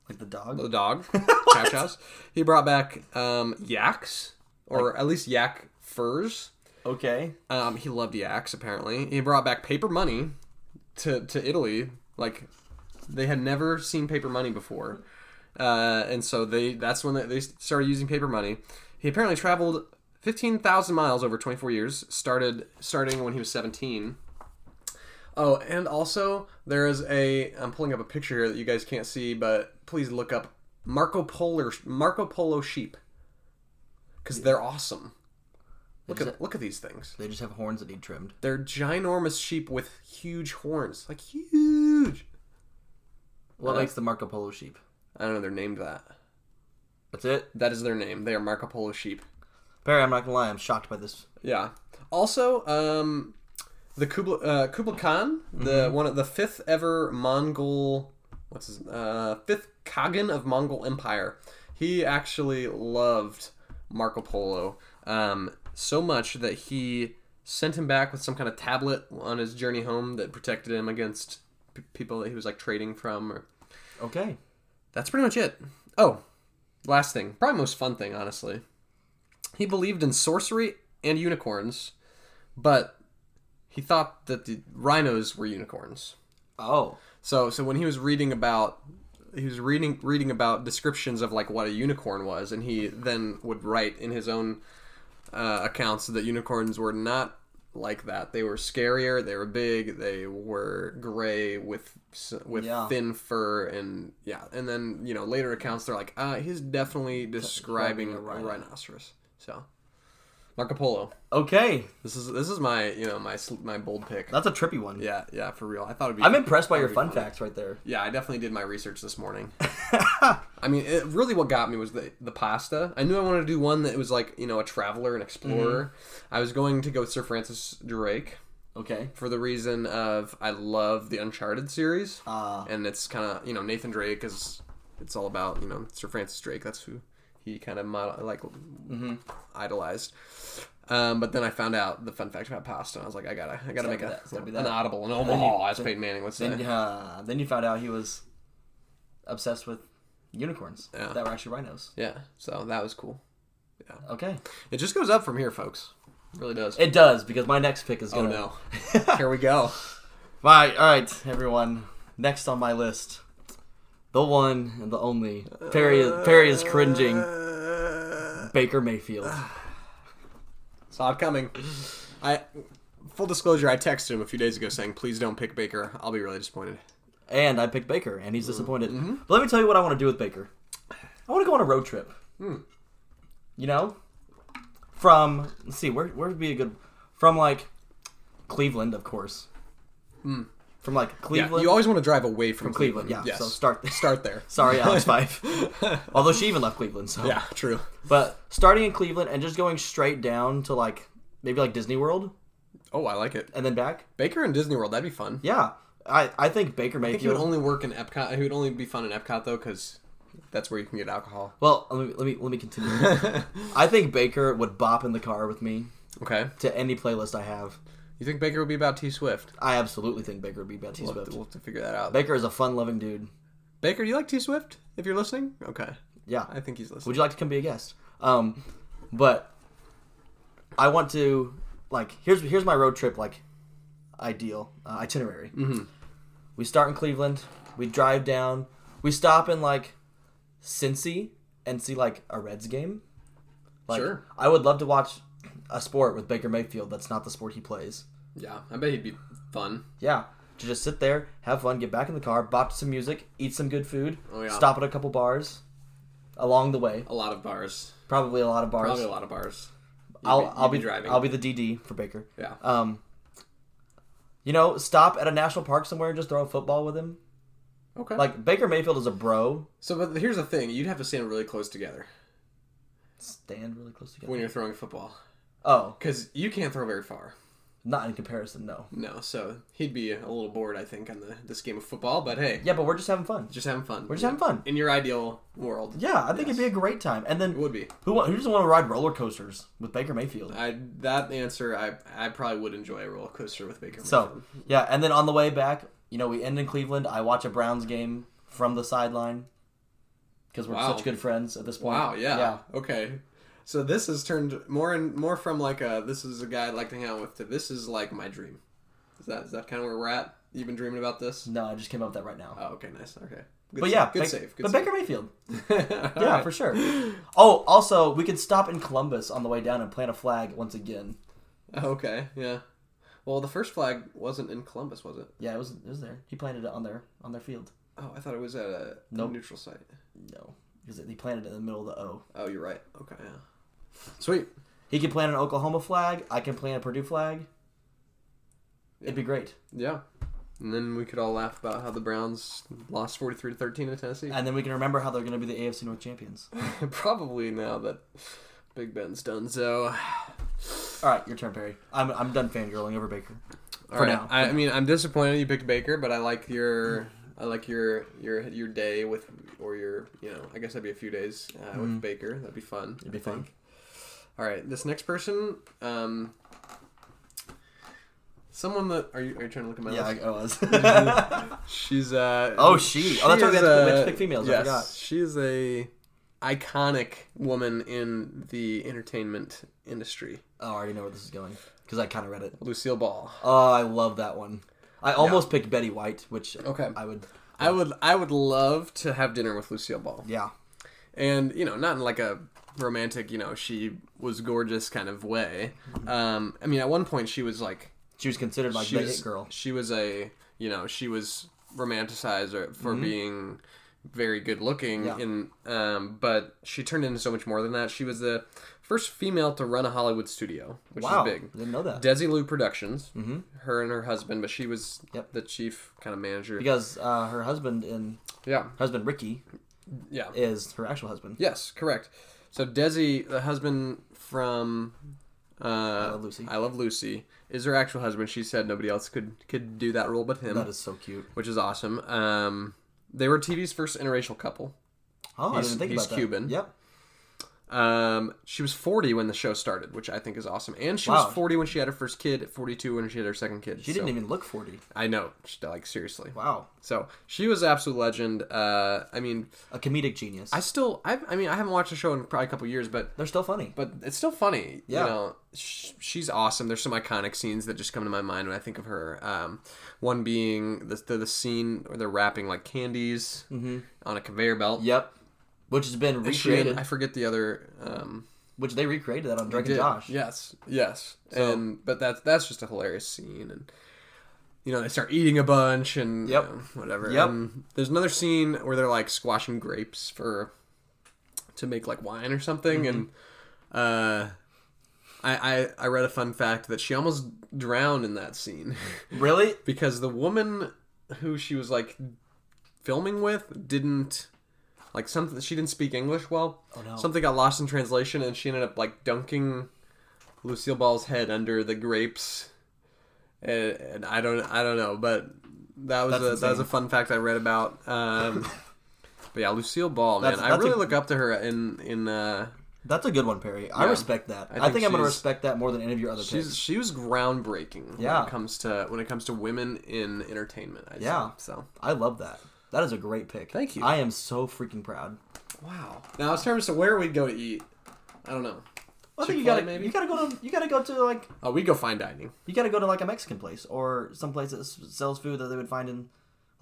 [SPEAKER 2] like the dog.
[SPEAKER 1] the dog, Chow Chow's. He brought back um, yaks, or at least yak furs.
[SPEAKER 2] Okay.
[SPEAKER 1] Um, he loved yaks, apparently. He brought back paper money to, to Italy. Like, they had never seen paper money before. Uh, and so they that's when they, they started using paper money. He apparently traveled 15,000 miles over 24 years, started starting when he was 17. Oh, and also there is a I'm pulling up a picture here that you guys can't see, but please look up Marco Polo Marco Polo sheep because they're awesome. Look at look at these things.
[SPEAKER 2] They just have horns that need trimmed.
[SPEAKER 1] They're ginormous sheep with huge horns, like huge.
[SPEAKER 2] What makes the Marco Polo sheep?
[SPEAKER 1] I don't know. They're named that.
[SPEAKER 2] That's it.
[SPEAKER 1] That is their name. They are Marco Polo sheep.
[SPEAKER 2] Perry, I'm not gonna lie. I'm shocked by this.
[SPEAKER 1] Yeah. Also, um, the Kubla, uh, Kublai Khan, the one of the fifth ever Mongol, what's his uh, fifth Khagan of Mongol Empire. He actually loved Marco Polo um, so much that he sent him back with some kind of tablet on his journey home that protected him against p- people that he was like trading from or
[SPEAKER 2] Okay.
[SPEAKER 1] that's pretty much it. Oh, last thing, probably most fun thing, honestly. He believed in sorcery and unicorns, but he thought that the rhinos were unicorns.
[SPEAKER 2] Oh.
[SPEAKER 1] So, so when he was reading about, he was reading reading about descriptions of like what a unicorn was, and he then would write in his own uh, accounts that unicorns were not like that. They were scarier. They were big. They were gray with s- with
[SPEAKER 2] Yeah.
[SPEAKER 1] thin fur, and yeah. And then you know "Ah, later accounts they're like, uh, he's definitely describing a
[SPEAKER 2] rhino.
[SPEAKER 1] rhinoceros. So Marco Polo.
[SPEAKER 2] Okay,
[SPEAKER 1] This is this is my you know my sl- my bold pick.
[SPEAKER 2] that's a trippy one.
[SPEAKER 1] Yeah, yeah, for real. I thought it'd be.
[SPEAKER 2] I'm impressed by your
[SPEAKER 1] Pretty
[SPEAKER 2] fun
[SPEAKER 1] funny.
[SPEAKER 2] facts right there.
[SPEAKER 1] Yeah, I definitely did my research this
[SPEAKER 2] (laughs)
[SPEAKER 1] morning. I mean, it, really, what got me was the the pasta. I knew I wanted to do one that was like you know a traveler, an explorer.
[SPEAKER 2] Mm-hmm.
[SPEAKER 1] I was going to go Sir Francis Drake
[SPEAKER 2] Okay.
[SPEAKER 1] for the reason of I love the Uncharted series,
[SPEAKER 2] Uh,
[SPEAKER 1] and it's kind of you know Nathan Drake is it's all about you know Sir Francis Drake. That's who he kind of model, like
[SPEAKER 2] Mm-hmm.
[SPEAKER 1] idolized. Um, but then I found out the fun fact about pasta, and I was like, I gotta, I gotta
[SPEAKER 2] gotta
[SPEAKER 1] make
[SPEAKER 2] be
[SPEAKER 1] a,
[SPEAKER 2] that. It's gotta be
[SPEAKER 1] an
[SPEAKER 2] that.
[SPEAKER 1] audible, an
[SPEAKER 2] then
[SPEAKER 1] Omaha,
[SPEAKER 2] you-
[SPEAKER 1] as Peyton Manning would say.
[SPEAKER 2] then, uh, then you found out he was obsessed with unicorns
[SPEAKER 1] Yeah.
[SPEAKER 2] that were actually rhinos.
[SPEAKER 1] Yeah, so that was cool.
[SPEAKER 2] Okay.
[SPEAKER 1] It just goes up from here, folks. It really does.
[SPEAKER 2] It does because my next pick is
[SPEAKER 1] oh
[SPEAKER 2] (laughs) gonna.
[SPEAKER 1] no, (laughs) here we go.
[SPEAKER 2] Right, all right, everyone. Next on my list, the one and the only Perry. Is, Perry is cringing. Baker Mayfield.
[SPEAKER 1] Saw it coming. I full disclosure, I texted him a few days ago saying, "Please don't pick Baker. I'll be really disappointed."
[SPEAKER 2] And I picked Baker, and
[SPEAKER 1] Mm-hmm.
[SPEAKER 2] he's disappointed. But let me tell you what I want to do with Baker. I want to go on a road trip.
[SPEAKER 1] Hmm.
[SPEAKER 2] You know, from let's see, where where would be a good from like Cleveland, of course. From like Cleveland,
[SPEAKER 1] Hmm. Yeah, you always want to drive away from,
[SPEAKER 2] Cleveland, yeah. So start.
[SPEAKER 1] (laughs)
[SPEAKER 2] (laughs)
[SPEAKER 1] start there. (laughs)
[SPEAKER 2] Sorry, Alex Fife. Although she even left Cleveland, so
[SPEAKER 1] yeah, true.
[SPEAKER 2] But starting in Cleveland and just going straight down to like maybe like Disney World
[SPEAKER 1] Oh, I like it.
[SPEAKER 2] and then back.
[SPEAKER 1] Baker in Disney World, that'd be fun.
[SPEAKER 2] Yeah, I I think Baker
[SPEAKER 1] I think he
[SPEAKER 2] Mayfield.
[SPEAKER 1] would only work in Epcot. He would only be fun in Epcot though, because that's where you can get alcohol.
[SPEAKER 2] well, let me let me let me continue. I think Baker would bop in the car with me
[SPEAKER 1] Okay.
[SPEAKER 2] to any playlist I have.
[SPEAKER 1] You think Baker would be about T Swift?
[SPEAKER 2] I absolutely think Baker would be Betty
[SPEAKER 1] We'll have
[SPEAKER 2] Swift.
[SPEAKER 1] to- we'll have to figure that out.
[SPEAKER 2] Baker is a fun-loving dude.
[SPEAKER 1] Baker, do you like T Swift? If you're listening, okay.
[SPEAKER 2] Yeah.
[SPEAKER 1] I think he's listening.
[SPEAKER 2] Would you like to come be a guest? Um, but I want to like here's here's my road trip like ideal uh, itinerary. Mm-hmm. We start in Cleveland. We drive down. We stop in like Cincy and see like a Reds game. Like,
[SPEAKER 1] Sure.
[SPEAKER 2] I would love to watch a sport with Baker Mayfield that's not the sport he plays.
[SPEAKER 1] Yeah, I bet he'd be fun.
[SPEAKER 2] Yeah. To just sit there, have fun, get back in the car, bop to some music, eat some good food,
[SPEAKER 1] Oh, yeah.
[SPEAKER 2] stop at a couple bars along the way.
[SPEAKER 1] A lot of bars,
[SPEAKER 2] Probably a lot of bars.
[SPEAKER 1] probably a lot of bars. You'd
[SPEAKER 2] I'll,
[SPEAKER 1] be-
[SPEAKER 2] I'll
[SPEAKER 1] you'd
[SPEAKER 2] be,
[SPEAKER 1] driving.
[SPEAKER 2] I'll be the DD for Baker.
[SPEAKER 1] yeah,
[SPEAKER 2] Um, you know, stop at a national park somewhere and just throw a football with him.
[SPEAKER 1] okay. Like
[SPEAKER 2] Like Baker Mayfield is a bro.
[SPEAKER 1] so, but here's the thing: you'd have to stand really close together
[SPEAKER 2] Stand really close together.
[SPEAKER 1] when you're throwing football,
[SPEAKER 2] Oh,
[SPEAKER 1] because you can't throw very far.
[SPEAKER 2] not in comparison, no.
[SPEAKER 1] No, so he'd be a little bored, I think, on the this game of football. But hey,
[SPEAKER 2] Yeah, but we're just having fun.
[SPEAKER 1] just having fun.
[SPEAKER 2] We're just having fun.
[SPEAKER 1] in your ideal world.
[SPEAKER 2] Yeah, I think it'd be a great time. And
[SPEAKER 1] it
[SPEAKER 2] then
[SPEAKER 1] would be.
[SPEAKER 2] who wa- who doesn't want to ride roller coasters with Baker Mayfield?
[SPEAKER 1] I that answer, I I probably would enjoy a roller coaster with Baker.
[SPEAKER 2] So
[SPEAKER 1] Mayfield.
[SPEAKER 2] yeah, and then on the way back, you know, we end in Cleveland. I watch a Browns game from the sideline because we're
[SPEAKER 1] Wow.
[SPEAKER 2] such good friends at this point.
[SPEAKER 1] Wow, yeah. Okay. So this has turned more and more from like a this is a guy I'd like to hang out with to this is like my dream. Is that is that kind of where we're at? You've been dreaming about this?
[SPEAKER 2] No, I just came up with that right now.
[SPEAKER 1] Oh, okay, nice. Okay. Good
[SPEAKER 2] but
[SPEAKER 1] sa-
[SPEAKER 2] yeah,
[SPEAKER 1] good
[SPEAKER 2] Ba-
[SPEAKER 1] save. Good
[SPEAKER 2] but
[SPEAKER 1] save. (laughs)
[SPEAKER 2] Baker Mayfield.
[SPEAKER 1] All
[SPEAKER 2] Yeah,
[SPEAKER 1] right.
[SPEAKER 2] for sure. Oh, also, we could stop in Columbus on the way down and plant a flag once again.
[SPEAKER 1] Okay, yeah. Well, the first flag wasn't in Columbus, was it?
[SPEAKER 2] Yeah, it was it was there. He planted it on their on their field.
[SPEAKER 1] Oh, I thought it was at a
[SPEAKER 2] Nope.
[SPEAKER 1] neutral site.
[SPEAKER 2] No, because he planted it in the middle of the O.
[SPEAKER 1] Oh, you're right. Okay, yeah. Sweet.
[SPEAKER 2] He can plant an Oklahoma flag. I can plant a Purdue flag. It'd be great.
[SPEAKER 1] Yeah. And then we could all laugh about how the Browns lost 43 to 13 to
[SPEAKER 2] (laughs)
[SPEAKER 1] Tennessee. (laughs)
[SPEAKER 2] And then we can remember how they're going to be the AFC North champions.
[SPEAKER 1] Probably now that Big Ben's done so.
[SPEAKER 2] All right, your turn, Perry. I'm, I'm done fangirling over Baker.
[SPEAKER 1] All
[SPEAKER 2] For
[SPEAKER 1] right.
[SPEAKER 2] now.
[SPEAKER 1] I, I mean, I'm disappointed you picked Baker, but I like your, I like your your your day with, or your, you know, I guess that'd be a few days uh, with Baker. That'd be fun. It'd
[SPEAKER 2] Mm-hmm. be fun.
[SPEAKER 1] All right, this next person, um, someone that are you are you trying to look at my
[SPEAKER 2] Yeah, I,
[SPEAKER 1] list?
[SPEAKER 2] I
[SPEAKER 1] (laughs)
[SPEAKER 2] was. (laughs)
[SPEAKER 1] She's uh
[SPEAKER 2] Oh, she. Oh, that's right,
[SPEAKER 1] is
[SPEAKER 2] we had to- we had to
[SPEAKER 1] a-
[SPEAKER 2] pick females, I
[SPEAKER 1] Yes,
[SPEAKER 2] forgot.
[SPEAKER 1] she is a iconic woman in the entertainment industry.
[SPEAKER 2] oh, I already know where this is going because I kind of read it.
[SPEAKER 1] Lucille Ball.
[SPEAKER 2] Oh, I love that one. I almost picked Betty White, which
[SPEAKER 1] Okay.
[SPEAKER 2] I would.
[SPEAKER 1] I would I would love to have dinner with Lucille Ball.
[SPEAKER 2] Yeah,
[SPEAKER 1] and you know not in like a romantic you know she was gorgeous kind of way um i mean at one point she was like
[SPEAKER 2] she was considered like
[SPEAKER 1] she
[SPEAKER 2] the
[SPEAKER 1] was
[SPEAKER 2] hit girl.
[SPEAKER 1] she was a you know she was romanticized or- for being very good looking
[SPEAKER 2] Mm-hmm. Yeah.
[SPEAKER 1] in um, but she turned into so much more than that. She was the first female to run a Hollywood studio, which
[SPEAKER 2] wow,
[SPEAKER 1] is big.
[SPEAKER 2] didn't know that.
[SPEAKER 1] Desi Lou Productions, her and her husband, but she was
[SPEAKER 2] Yep.
[SPEAKER 1] the chief kind of manager.
[SPEAKER 2] because uh, her husband and
[SPEAKER 1] yeah,
[SPEAKER 2] husband Ricky
[SPEAKER 1] yeah.
[SPEAKER 2] is her actual husband.
[SPEAKER 1] Yes, correct. So Desi, the husband from uh, I
[SPEAKER 2] Love Lucy.
[SPEAKER 1] I Love Lucy, is her actual husband. She said nobody else could could do that role but him,
[SPEAKER 2] That is so cute.
[SPEAKER 1] which is awesome. Um, they were TV's first interracial couple.
[SPEAKER 2] Oh, I
[SPEAKER 1] He's-
[SPEAKER 2] didn't think
[SPEAKER 1] he's
[SPEAKER 2] about that.
[SPEAKER 1] Cuban.
[SPEAKER 2] Yep.
[SPEAKER 1] Um, she was 40 when the show started, which I think is awesome. And she
[SPEAKER 2] Wow.
[SPEAKER 1] was 40 when she had her first kid, 42 when she had her second kid.
[SPEAKER 2] She didn't
[SPEAKER 1] so-
[SPEAKER 2] even look forty.
[SPEAKER 1] I know, She- like seriously.
[SPEAKER 2] Wow,
[SPEAKER 1] So she was absolute legend. Uh, I mean,
[SPEAKER 2] a comedic genius.
[SPEAKER 1] I still, I, I mean, I haven't watched the show in probably a couple years, but
[SPEAKER 2] They're still funny.
[SPEAKER 1] but it's still funny.
[SPEAKER 2] Yeah.
[SPEAKER 1] You know, sh- she's awesome. There's some iconic scenes that just come to my mind when I think of her. Um, one being the, the the scene where they're wrapping like candies on a conveyor belt.
[SPEAKER 2] Yep. Which has been
[SPEAKER 1] And she and-
[SPEAKER 2] Mm-hmm. recreated.
[SPEAKER 1] I forget the other. Um,
[SPEAKER 2] Which they recreated that on Drake and
[SPEAKER 1] did-
[SPEAKER 2] Josh.
[SPEAKER 1] Yes, yes. And but that's that's just a hilarious scene, and you know they start eating a bunch and you
[SPEAKER 2] Yep.
[SPEAKER 1] know, whatever.
[SPEAKER 2] Yep.
[SPEAKER 1] And there's another scene where they're like squashing grapes for to make like wine or something, and
[SPEAKER 2] Mm-hmm.
[SPEAKER 1] uh, I, I I read a fun fact that she almost drowned in that scene (laughs)
[SPEAKER 2] Really?
[SPEAKER 1] because the woman who she was like filming with didn't like something she didn't speak english well oh,
[SPEAKER 2] no.
[SPEAKER 1] something got lost in translation and she ended up like dunking lucille ball's head under the grapes and, and i don't i don't know but that was a
[SPEAKER 2] That's
[SPEAKER 1] that was a
[SPEAKER 2] insane.
[SPEAKER 1] fun fact i read about
[SPEAKER 2] (laughs)
[SPEAKER 1] um but yeah lucille ball man
[SPEAKER 2] That's-
[SPEAKER 1] i
[SPEAKER 2] that's a-
[SPEAKER 1] really look up to her in in uh
[SPEAKER 2] That's a good one, Perry. I
[SPEAKER 1] Yeah.
[SPEAKER 2] respect that. I think,
[SPEAKER 1] think
[SPEAKER 2] I'm gonna
[SPEAKER 1] she's-
[SPEAKER 2] respect that more than any of your other
[SPEAKER 1] she's
[SPEAKER 2] picks.
[SPEAKER 1] she was groundbreaking when
[SPEAKER 2] Yeah.
[SPEAKER 1] it comes to when it comes to women in entertainment I
[SPEAKER 2] Yeah.
[SPEAKER 1] so
[SPEAKER 2] I love that. That is a great pick.
[SPEAKER 1] Thank you.
[SPEAKER 2] I am so freaking proud.
[SPEAKER 1] Wow. Now, in terms of where we'd go to eat, I don't know.
[SPEAKER 2] I think you
[SPEAKER 1] Chick-fil-A,
[SPEAKER 2] gotta you gotta go to you gotta go to like
[SPEAKER 1] Oh, we go fine dining.
[SPEAKER 2] you gotta go to like a Mexican place or some place that s- sells food that they would find in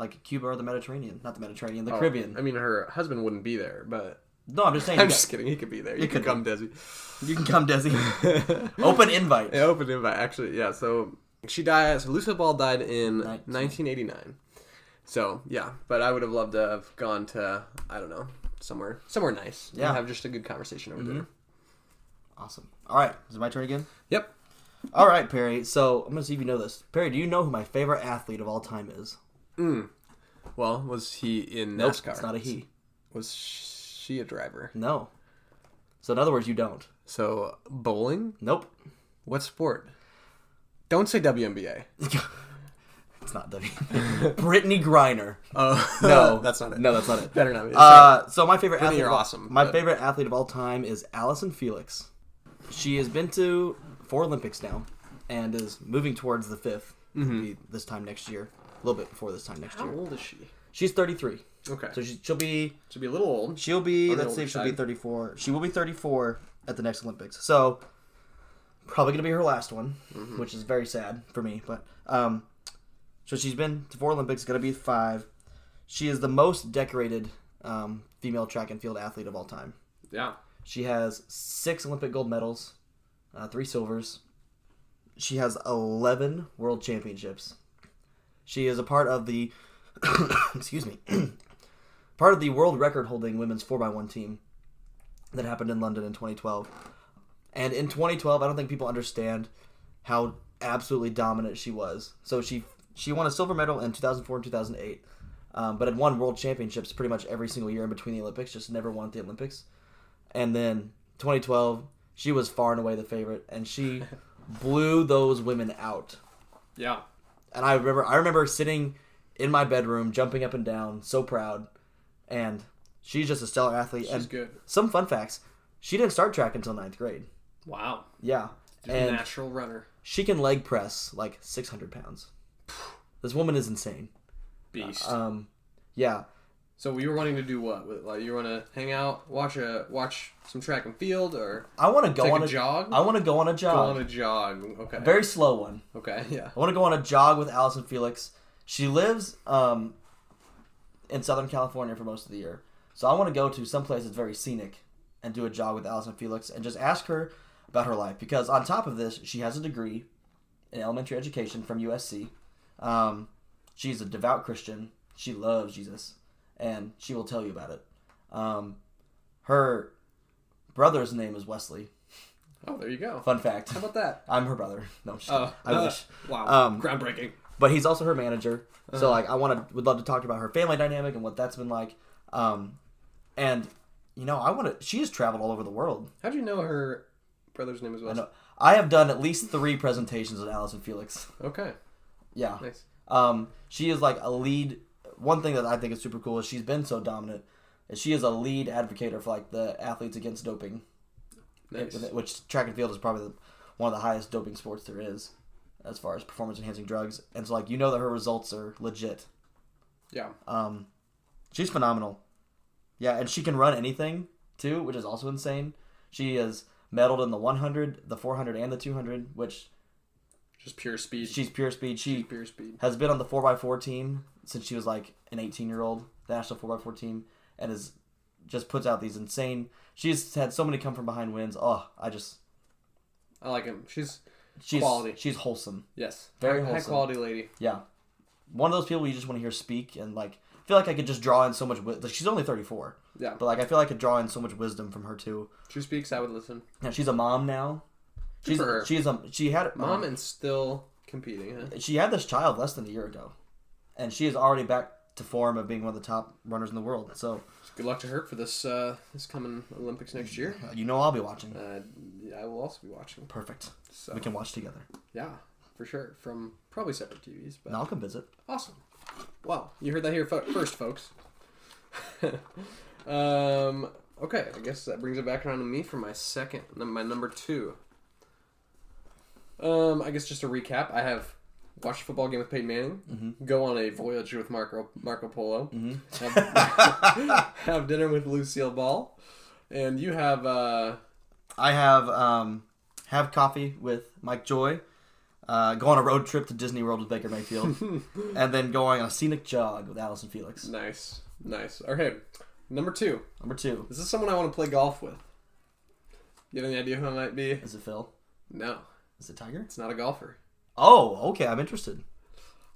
[SPEAKER 2] like Cuba or the Mediterranean, not the Mediterranean,
[SPEAKER 1] Oh.
[SPEAKER 2] the Caribbean.
[SPEAKER 1] (laughs) I mean, her husband wouldn't be there, but
[SPEAKER 2] no, I'm just saying.
[SPEAKER 1] I'm
[SPEAKER 2] you,
[SPEAKER 1] just kidding. He could be there. You could
[SPEAKER 2] could
[SPEAKER 1] come, Desi.
[SPEAKER 2] you can come, Desi.
[SPEAKER 1] (laughs)
[SPEAKER 2] (laughs) Open invite.
[SPEAKER 1] Yeah, open invite. Actually, yeah. So she died. So Lucille Ball died in
[SPEAKER 2] Nineteen-
[SPEAKER 1] 1989. So yeah, but I would have loved to have gone to I don't know somewhere somewhere nice. and
[SPEAKER 2] Yeah. Mm-hmm.
[SPEAKER 1] Have just a good conversation over dinner.
[SPEAKER 2] Awesome. All right, is it my turn again?
[SPEAKER 1] Yep.
[SPEAKER 2] All right, Perry. So I'm gonna see if you know this. Perry, do you know who my favorite athlete of all time is?
[SPEAKER 1] Well, was he in
[SPEAKER 2] Nope,
[SPEAKER 1] NASCAR?
[SPEAKER 2] It's not a he.
[SPEAKER 1] Was she a driver?
[SPEAKER 2] No. So in other words, you don't.
[SPEAKER 1] So bowling.
[SPEAKER 2] Nope.
[SPEAKER 1] What sport? Don't say WNBA.
[SPEAKER 2] It's not W. (laughs) Brittany Griner.
[SPEAKER 1] Oh
[SPEAKER 2] (laughs) No,
[SPEAKER 1] (laughs) that's not it.
[SPEAKER 2] No, that's not it.
[SPEAKER 1] better not be.
[SPEAKER 2] Uh, so my favorite athlete.
[SPEAKER 1] you're
[SPEAKER 2] of all-
[SPEAKER 1] awesome,
[SPEAKER 2] My
[SPEAKER 1] but-
[SPEAKER 2] favorite athlete of all time is Allison Felix. She has been to four Olympics now, and is moving towards the 5th
[SPEAKER 1] Mm-hmm.
[SPEAKER 2] Be this time next year, a little bit before this time next
[SPEAKER 1] How
[SPEAKER 2] year.
[SPEAKER 1] old is she?
[SPEAKER 2] She's 33,
[SPEAKER 1] Okay,
[SPEAKER 2] so she, she'll be
[SPEAKER 1] she'll be a little old.
[SPEAKER 2] She'll be.
[SPEAKER 1] the
[SPEAKER 2] Let's see
[SPEAKER 1] older
[SPEAKER 2] if she'll be
[SPEAKER 1] side.
[SPEAKER 2] 34. She will be 34 at the next Olympics. So probably gonna be her last one, which is very sad for me. But um, so she's been to four Olympics. Gonna be five. She is the most decorated um, female track and field athlete of all time.
[SPEAKER 1] Yeah,
[SPEAKER 2] She has six Olympic gold medals, uh, three silvers. She has 11 world championships. She is a part of the, (coughs) excuse me, (coughs) part of the world record holding women's 4x1 team that happened in London in 2012. And in 2012, I don't think people understand how absolutely dominant she was. So she she won a silver medal in 2004 and 2008, um, but had won world championships pretty much every single year in between the Olympics, just never won at the Olympics and then 2012 she was far and away the favorite and
[SPEAKER 1] (laughs)
[SPEAKER 2] she blew those women out
[SPEAKER 1] yeah.
[SPEAKER 2] and i remember i remember sitting in my bedroom jumping up and down so proud and she's just a stellar athlete
[SPEAKER 1] She's
[SPEAKER 2] and
[SPEAKER 1] good.
[SPEAKER 2] some fun facts she didn't start track until ninth grade
[SPEAKER 1] Wow,
[SPEAKER 2] yeah
[SPEAKER 1] natural
[SPEAKER 2] and
[SPEAKER 1] runner.
[SPEAKER 2] she can leg press like 600 pounds this woman is insane
[SPEAKER 1] Beast.
[SPEAKER 2] um yeah
[SPEAKER 1] so you were wanting to do what? With- Like you want to hang out, watch a watch some track and field, or
[SPEAKER 2] i want to go
[SPEAKER 1] Take
[SPEAKER 2] on
[SPEAKER 1] a jog?
[SPEAKER 2] i want to go on a
[SPEAKER 1] go
[SPEAKER 2] jog
[SPEAKER 1] on a jog? Okay.
[SPEAKER 2] very slow one
[SPEAKER 1] okay. (laughs) Yeah.
[SPEAKER 2] I want to go on a jog with Allison Felix. She lives um, in Southern California for most of the year. So I want to go to some place that's very scenic and do a jog with Allison Felix and just ask her about her life. Because on top of this, she has a degree in elementary education from USC. Um, she's a devout Christian. She loves Jesus. and she will tell you about it. Um, her brother's name is Wesley.
[SPEAKER 1] Oh, there you go.
[SPEAKER 2] Fun fact.
[SPEAKER 1] How about that?
[SPEAKER 2] I'm her brother. No, I'm just
[SPEAKER 1] Oh,
[SPEAKER 2] kidding. I
[SPEAKER 1] uh,
[SPEAKER 2] wish.
[SPEAKER 1] Wow.
[SPEAKER 2] Um,
[SPEAKER 1] Groundbreaking.
[SPEAKER 2] But he's also her manager. So like, I want to would love to talk about her family dynamic and what that's been like. Um, and you know, I want to. She has traveled all over the world.
[SPEAKER 1] How'd you know her brother's name is
[SPEAKER 2] I
[SPEAKER 1] Wes?
[SPEAKER 2] know. I have done at least three presentations with Allison Felix.
[SPEAKER 1] Okay.
[SPEAKER 2] Yeah.
[SPEAKER 1] Nice.
[SPEAKER 2] Um, she is like a lead. One thing that I think is super cool is she's been so dominant. Is she is a lead advocator for like the athletes against doping,
[SPEAKER 1] Nice.
[SPEAKER 2] which track and field is probably the, one of the highest doping sports there is, as far as performance enhancing drugs. And so like you know that her results are legit.
[SPEAKER 1] Yeah.
[SPEAKER 2] Um, she's phenomenal. Yeah, and she can run anything too, which is also insane. She is medaled in the 100, the 400, and the 200, which
[SPEAKER 1] Just pure speed.
[SPEAKER 2] she's pure speed. She
[SPEAKER 1] pure speed.
[SPEAKER 2] has been on the 4x4 team since she was like an 18 year old, the national 4x4 team, and is just puts out these insane. She's had so many come from behind wins. Oh, I just
[SPEAKER 1] I like him. She's
[SPEAKER 2] she's
[SPEAKER 1] Quality.
[SPEAKER 2] she's wholesome.
[SPEAKER 1] yes,
[SPEAKER 2] Very
[SPEAKER 1] high, high
[SPEAKER 2] wholesome.
[SPEAKER 1] quality lady.
[SPEAKER 2] Yeah, one of those people you just want to hear speak and like I feel like I could just draw in so much. Wi- like, she's only 34,
[SPEAKER 1] Yeah.
[SPEAKER 2] but like I feel like I could draw in so much wisdom from her too.
[SPEAKER 1] She speaks. I would listen.
[SPEAKER 2] Now she's a mom now. She's
[SPEAKER 1] for her.
[SPEAKER 2] she's a she had um,
[SPEAKER 1] Mom and still competing. Huh?
[SPEAKER 2] she had this child less than a year ago, and she is already back to form of being one of the top runners in the world. So
[SPEAKER 1] Good luck to her for this uh, this coming Olympics next year.
[SPEAKER 2] you know I'll be watching.
[SPEAKER 1] Uh, I will also be watching.
[SPEAKER 2] Perfect.
[SPEAKER 1] So
[SPEAKER 2] We can watch together.
[SPEAKER 1] yeah, for sure. From probably separate TVs, but
[SPEAKER 2] And I'll come visit.
[SPEAKER 1] awesome. Wow, you heard that here fo- first, folks. (laughs) um. Okay, I guess that brings it back around to me for my second, num- my number two. Um, I guess just to recap, I have watched a football game with Peyton Manning, go on a voyage with Marco Marco Polo, have, (laughs) have dinner with Lucille Ball, and you have uh,
[SPEAKER 2] I have um, have coffee with Mike Joy, uh, go on a road trip to Disney World with Baker Mayfield,
[SPEAKER 1] (laughs)
[SPEAKER 2] and then going on a scenic jog with Allison Felix.
[SPEAKER 1] nice, nice. Okay, number two.
[SPEAKER 2] Number two
[SPEAKER 1] This is someone I want to play golf with. You have any idea who it might be?
[SPEAKER 2] is it Phil?
[SPEAKER 1] No,
[SPEAKER 2] Is it Tiger?
[SPEAKER 1] it's not a golfer.
[SPEAKER 2] Oh, okay. I'm interested.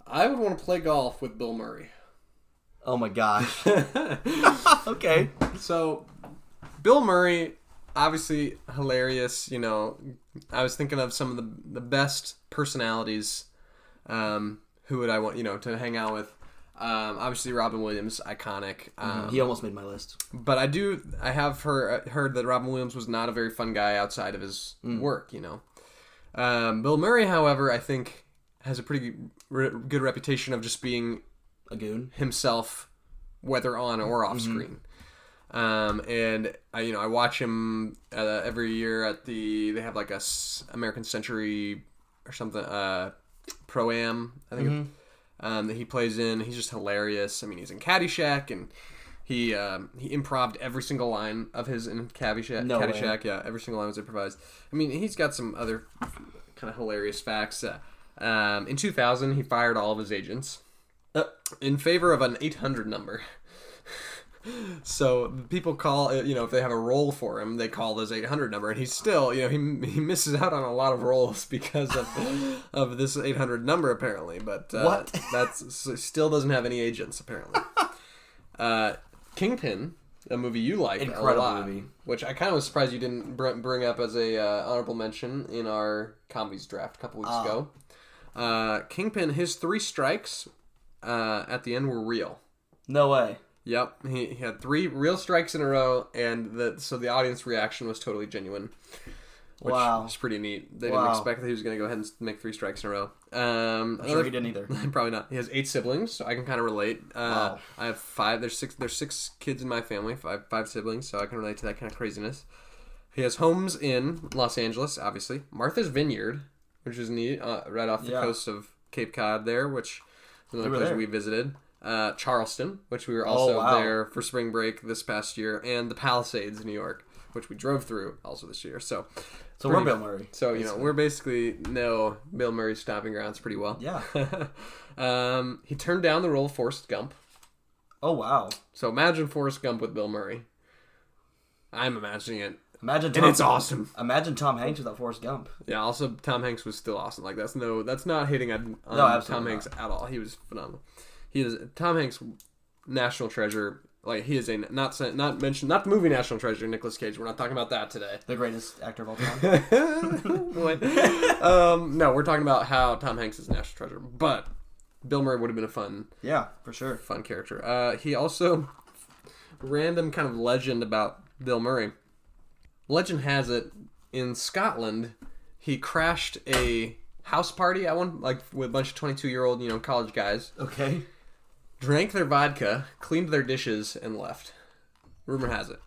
[SPEAKER 1] I would want to play golf with Bill Murray.
[SPEAKER 2] Oh
[SPEAKER 1] (laughs)
[SPEAKER 2] my gosh. okay.
[SPEAKER 1] so, Bill Murray, obviously hilarious. You know, I was thinking of some of the the best personalities. Um, who would I want you know to hang out with? Um, obviously Robin Williams, iconic. Um,
[SPEAKER 2] He almost made my list.
[SPEAKER 1] but I do I have heard heard that Robin Williams was not a very fun guy outside of his work. You know, um, Bill Murray, however, I think has a pretty re- good reputation of just being
[SPEAKER 2] A goon.
[SPEAKER 1] himself, whether on or off
[SPEAKER 2] Mm-hmm.
[SPEAKER 1] screen. Um, and I, you know, I watch him uh, every year at the they have like a s- American Century or something uh, pro am. I think
[SPEAKER 2] Mm-hmm.
[SPEAKER 1] um, that he plays in. He's just hilarious. I mean, he's in Caddyshack and. He um, he improved every single line of his in Caddyshack.
[SPEAKER 2] No way.
[SPEAKER 1] Caddyshack, yeah, every single line was improvised. I mean, he's got some other kind of hilarious facts. Uh, um, in 2000, he fired all of his agents
[SPEAKER 2] Uh,
[SPEAKER 1] in favor of an 800 number. so people call, uh, you know, if they have a roll for him, they call this 800 number, and he's still, you know, he, he misses out on a lot of rolls because
[SPEAKER 2] (laughs)
[SPEAKER 1] of of this 800 number apparently. But uh,
[SPEAKER 2] What?
[SPEAKER 1] that's s- still doesn't have any agents
[SPEAKER 2] (laughs)
[SPEAKER 1] apparently. uh, Kingpin, a movie you like a
[SPEAKER 2] Incredible
[SPEAKER 1] lot,
[SPEAKER 2] movie.
[SPEAKER 1] which I kind of was surprised you didn't br- bring up as a uh, honorable mention in our comedies draft a couple
[SPEAKER 2] Ah.
[SPEAKER 1] weeks ago. Uh, Kingpin, his three strikes uh, at the end were real.
[SPEAKER 2] no way.
[SPEAKER 1] Yep, he, he had three real strikes in a row, and the, so the audience reaction was totally genuine. Which
[SPEAKER 2] Wow.
[SPEAKER 1] is pretty neat. They
[SPEAKER 2] Wow.
[SPEAKER 1] didn't expect that he was going to go ahead and make three strikes in a row. Um,
[SPEAKER 2] I'm sure he didn't (laughs) either.
[SPEAKER 1] (laughs) Probably not. He has eight siblings, so I can kind of relate. Uh,
[SPEAKER 2] Wow.
[SPEAKER 1] I have five. There's six. There's six kids in my family. Five five siblings, so I can relate to that kind of craziness. He has homes in Los Angeles, obviously. Martha's Vineyard, which is neat, uh, right off the
[SPEAKER 2] Yeah.
[SPEAKER 1] coast of Cape Cod there, which is another
[SPEAKER 2] We were
[SPEAKER 1] place
[SPEAKER 2] there. Oh,
[SPEAKER 1] we visited. Uh, Charleston, which we were also
[SPEAKER 2] wow.
[SPEAKER 1] there for spring break this past year, and the Palisades, New York, which we drove through also this year. So,
[SPEAKER 2] So
[SPEAKER 1] pretty-
[SPEAKER 2] we're Bill Murray.
[SPEAKER 1] so you know, we're basically know Bill Murray's stomping grounds pretty well.
[SPEAKER 2] Yeah.
[SPEAKER 1] (laughs) um, he turned down the role of Forrest Gump.
[SPEAKER 2] Oh wow.
[SPEAKER 1] So imagine Forrest Gump with Bill Murray. I'm imagining it,
[SPEAKER 2] Imagine Tom,
[SPEAKER 1] and it's awesome.
[SPEAKER 2] Imagine Tom Hanks without Forrest Gump.
[SPEAKER 1] Yeah. Also, Tom Hanks was still awesome. Like that's no, that's not hitting on, on
[SPEAKER 2] No, absolutely
[SPEAKER 1] Tom Hanks at all. He was phenomenal. He is Tom Hanks National Treasure. Like he is a not sa- not mentioned not the movie National Treasure. Nicholas Cage. We're not talking about that (laughs) today.
[SPEAKER 2] The greatest actor of all (laughs) time.
[SPEAKER 1] What? um, no, we're talking about how Tom Hanks is National Treasure. But Bill Murray would have been a fun
[SPEAKER 2] yeah, for sure.
[SPEAKER 1] fun character. Uh, he also random kind of legend about Bill Murray. Legend has it in Scotland, he crashed a house party at one like with a bunch of twenty two year old you know college guys,
[SPEAKER 2] Okay.
[SPEAKER 1] drank their vodka, cleaned their dishes, and left. Rumor has it.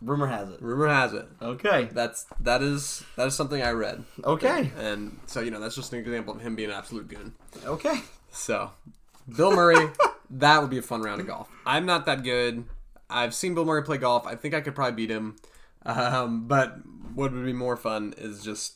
[SPEAKER 2] Rumor has it.
[SPEAKER 1] Rumor has it.
[SPEAKER 2] Okay.
[SPEAKER 1] That's that is that is something I read,
[SPEAKER 2] Okay.
[SPEAKER 1] and so you know that's just an example of him being an absolute goon.
[SPEAKER 2] Okay.
[SPEAKER 1] So, Bill Murray, (laughs) that would be a fun round of golf. I'm not that good. I've seen Bill Murray play golf. I think I could probably beat him. Um, but what would be more fun is just,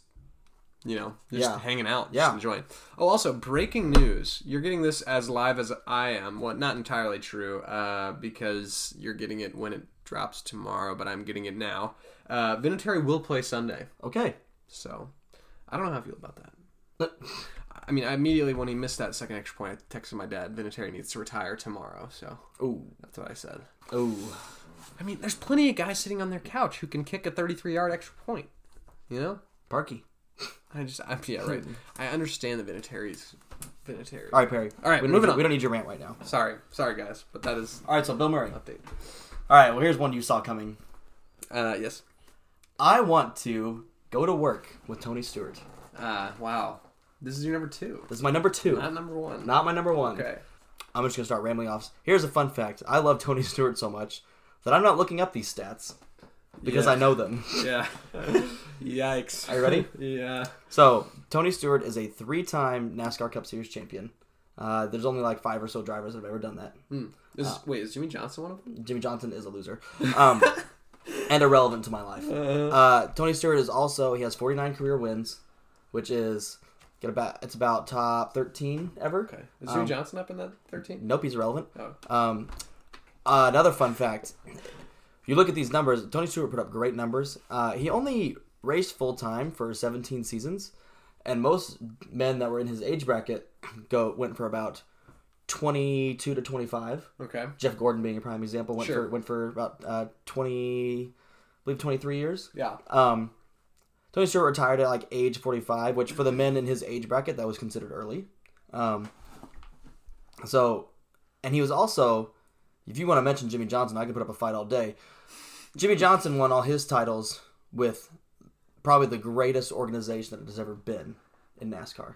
[SPEAKER 1] you know, just
[SPEAKER 2] Yeah.
[SPEAKER 1] hanging out,
[SPEAKER 2] Yeah.
[SPEAKER 1] just enjoying. Oh, also, breaking news. You're getting this as live as I am. Well, not entirely true uh, because you're getting it when it drops tomorrow, but I'm getting it now. Uh, Vinatieri will play Sunday.
[SPEAKER 2] Okay.
[SPEAKER 1] So, I don't know how I feel about that. I mean, I immediately when he missed that second extra point, I texted my dad, Vinatieri needs to retire tomorrow. So
[SPEAKER 2] (laughs) Ooh.
[SPEAKER 1] that's what I said.
[SPEAKER 2] Ooh.
[SPEAKER 1] I mean, there's plenty of guys sitting on their couch who can kick a 33 yard extra point. You know?
[SPEAKER 2] Parky.
[SPEAKER 1] I just, I'm, yeah, right.
[SPEAKER 2] Hmm.
[SPEAKER 1] I understand the Vinatieri's. Vinatieri.
[SPEAKER 2] All right, Perry.
[SPEAKER 1] All right,
[SPEAKER 2] we don't
[SPEAKER 1] moving
[SPEAKER 2] need,
[SPEAKER 1] on.
[SPEAKER 2] We don't need your rant right now.
[SPEAKER 1] Sorry. Sorry, guys. But that is
[SPEAKER 2] All right, so Bill Murray.
[SPEAKER 1] update.
[SPEAKER 2] All right, well, here's one you saw coming.
[SPEAKER 1] Uh, yes.
[SPEAKER 2] I want to go to work with Tony Stewart.
[SPEAKER 1] Uh, wow. This is your number two.
[SPEAKER 2] This is my number two,
[SPEAKER 1] Not number one.
[SPEAKER 2] not my number one.
[SPEAKER 1] Okay.
[SPEAKER 2] I'm just gonna start rambling off. Here's a fun fact: I love Tony (laughs) Stewart so much that I'm not looking up these stats because
[SPEAKER 1] Yeah.
[SPEAKER 2] I know them. (laughs)
[SPEAKER 1] Yeah. Yikes.
[SPEAKER 2] Are you ready?
[SPEAKER 1] (laughs) yeah.
[SPEAKER 2] So Tony Stewart is a three-time NASCAR Cup Series champion. Uh, there's only like five or so drivers that have ever done that.
[SPEAKER 1] Is,
[SPEAKER 2] Uh.
[SPEAKER 1] wait, is Jimmy Johnson one of them?
[SPEAKER 2] Jimmy Johnson is a loser,
[SPEAKER 1] (laughs)
[SPEAKER 2] um, and irrelevant to my life.
[SPEAKER 1] Uh-huh.
[SPEAKER 2] Uh, Tony Stewart is also he has 49 career wins, which is get about it's about top 13 ever.
[SPEAKER 1] Okay. Is
[SPEAKER 2] Um,
[SPEAKER 1] Jimmy Johnson up in that 13?
[SPEAKER 2] Nope, he's irrelevant.
[SPEAKER 1] Oh.
[SPEAKER 2] Um, uh, another fun fact: if you look at these numbers, Tony Stewart put up great numbers. Uh, he only raced full time for 17 seasons, and most men that were in his age bracket (clears throat) go went for about 22 to 25.
[SPEAKER 1] Okay.
[SPEAKER 2] Jeff Gordon being a prime example went
[SPEAKER 1] Sure.
[SPEAKER 2] for went for about uh, 20, I believe 23 years.
[SPEAKER 1] Yeah.
[SPEAKER 2] Um, Tony Stewart retired at like age 45, which for the men in his age bracket, that was considered early. Um, so, and he was also, if you want to mention Jimmy Johnson, I could put up a fight all day. Jimmy Johnson won all his titles with probably the greatest organization that has ever been in NASCAR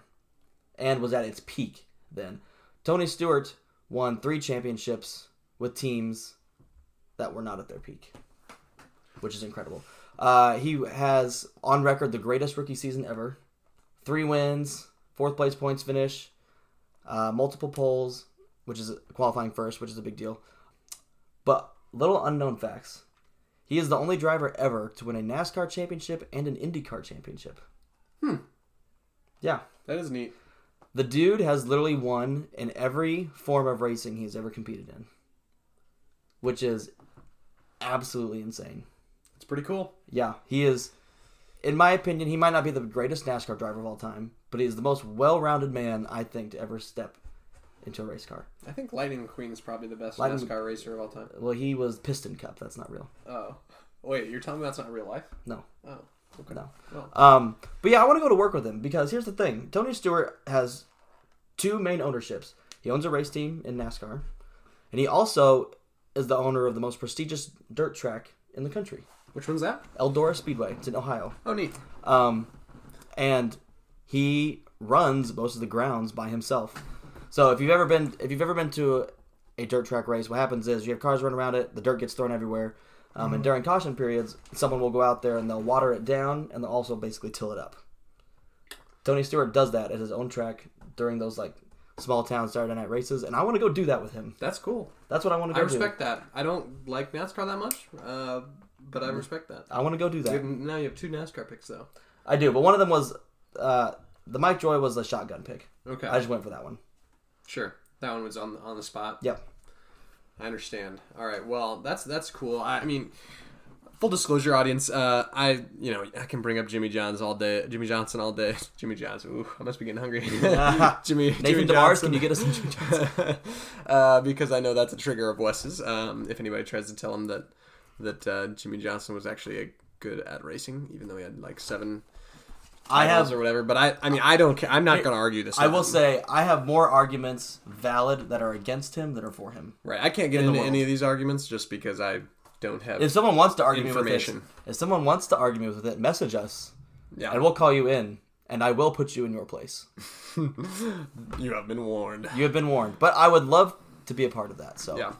[SPEAKER 2] and was at its peak then. Tony Stewart won three championships with teams that were not at their peak which is incredible. Uh, he has on record the greatest rookie season ever. Three wins, fourth place points finish, uh, multiple poles, which is qualifying first, which is a big deal. But little unknown facts. He is the only driver ever to win a NASCAR championship and an IndyCar championship. Hmm. Yeah.
[SPEAKER 1] That is neat.
[SPEAKER 2] The dude has literally won in every form of racing he's ever competed in, which is absolutely insane.
[SPEAKER 1] It's pretty cool.
[SPEAKER 2] Yeah, he is. In my opinion, he might not be the greatest NASCAR driver of all time, but he is the most well-rounded man I think to ever step into a race car.
[SPEAKER 1] I think Lightning McQueen is probably the best
[SPEAKER 2] Lightning-
[SPEAKER 1] NASCAR racer of all time.
[SPEAKER 2] Well, he was Piston Cup. That's not real.
[SPEAKER 1] Oh. Wait, you're telling me that's not real life?
[SPEAKER 2] No,
[SPEAKER 1] Oh. Okay.
[SPEAKER 2] no.
[SPEAKER 1] Well,
[SPEAKER 2] Um, but yeah, I want to go to work with him because here's the thing: Tony Stewart has two main ownerships. He owns a race team in NASCAR, and he also is the owner of the most prestigious dirt track in the country,
[SPEAKER 1] which one's that?
[SPEAKER 2] Eldora Speedway. It's in Ohio.
[SPEAKER 1] Oh, neat.
[SPEAKER 2] Um, and he runs most of the grounds by himself. So if you've ever been if you've ever been to a dirt track race, what happens is you have cars run around it, the dirt gets thrown everywhere, um,
[SPEAKER 1] Mm-hmm.
[SPEAKER 2] and during caution periods, someone will go out there and they'll water it down and they'll also basically till it up. Tony Stewart does that at his own track during those like small town Saturday night races, and I want to go do that with him.
[SPEAKER 1] That's cool.
[SPEAKER 2] That's what I want to
[SPEAKER 1] I
[SPEAKER 2] go
[SPEAKER 1] respect that. I don't like NASCAR that much, uh, but I respect that.
[SPEAKER 2] do. I want to go do that.
[SPEAKER 1] Now you have two NASCAR picks, though.
[SPEAKER 2] I do, but one of them was uh, the Mike Joy was the shotgun pick.
[SPEAKER 1] Okay.
[SPEAKER 2] I just went for that one.
[SPEAKER 1] Sure. That one was on the, on the spot.
[SPEAKER 2] Yep.
[SPEAKER 1] I understand. All right. Well, that's that's cool. I, I mean, full disclosure, audience, uh, I you know I can bring up Jimmy Johns all day, Jimmy Johnson all day, (laughs) Jimmy Johnson. Ooh, I must be getting
[SPEAKER 2] (laughs)
[SPEAKER 1] hungry. Jimmy Jimmy
[SPEAKER 2] Nathan DeMars,
[SPEAKER 1] Johnson.
[SPEAKER 2] can you get us some Jimmy Johnson?
[SPEAKER 1] (laughs) uh, because I know that's a trigger of Wes's. Um, if anybody tries to tell him that that uh, Jimmy Johnson was actually a good at racing, even though he had like seven
[SPEAKER 2] I
[SPEAKER 1] titles
[SPEAKER 2] have.
[SPEAKER 1] or whatever. But I, I mean, I don't. Care. I'm not going to argue this.
[SPEAKER 2] (laughs) I will
[SPEAKER 1] out.
[SPEAKER 2] say I have more arguments valid that are against him than are for him.
[SPEAKER 1] right. I can't get
[SPEAKER 2] the
[SPEAKER 1] into
[SPEAKER 2] world.
[SPEAKER 1] any of these arguments just because I don't have.
[SPEAKER 2] If someone wants to argue me with it,
[SPEAKER 1] Information.
[SPEAKER 2] if someone wants to argue me with it, message us
[SPEAKER 1] yeah,
[SPEAKER 2] and we'll call you in and I will put you in your place.
[SPEAKER 1] you have been warned.
[SPEAKER 2] You have been warned, but I would love to be a part of that. So
[SPEAKER 1] Yeah.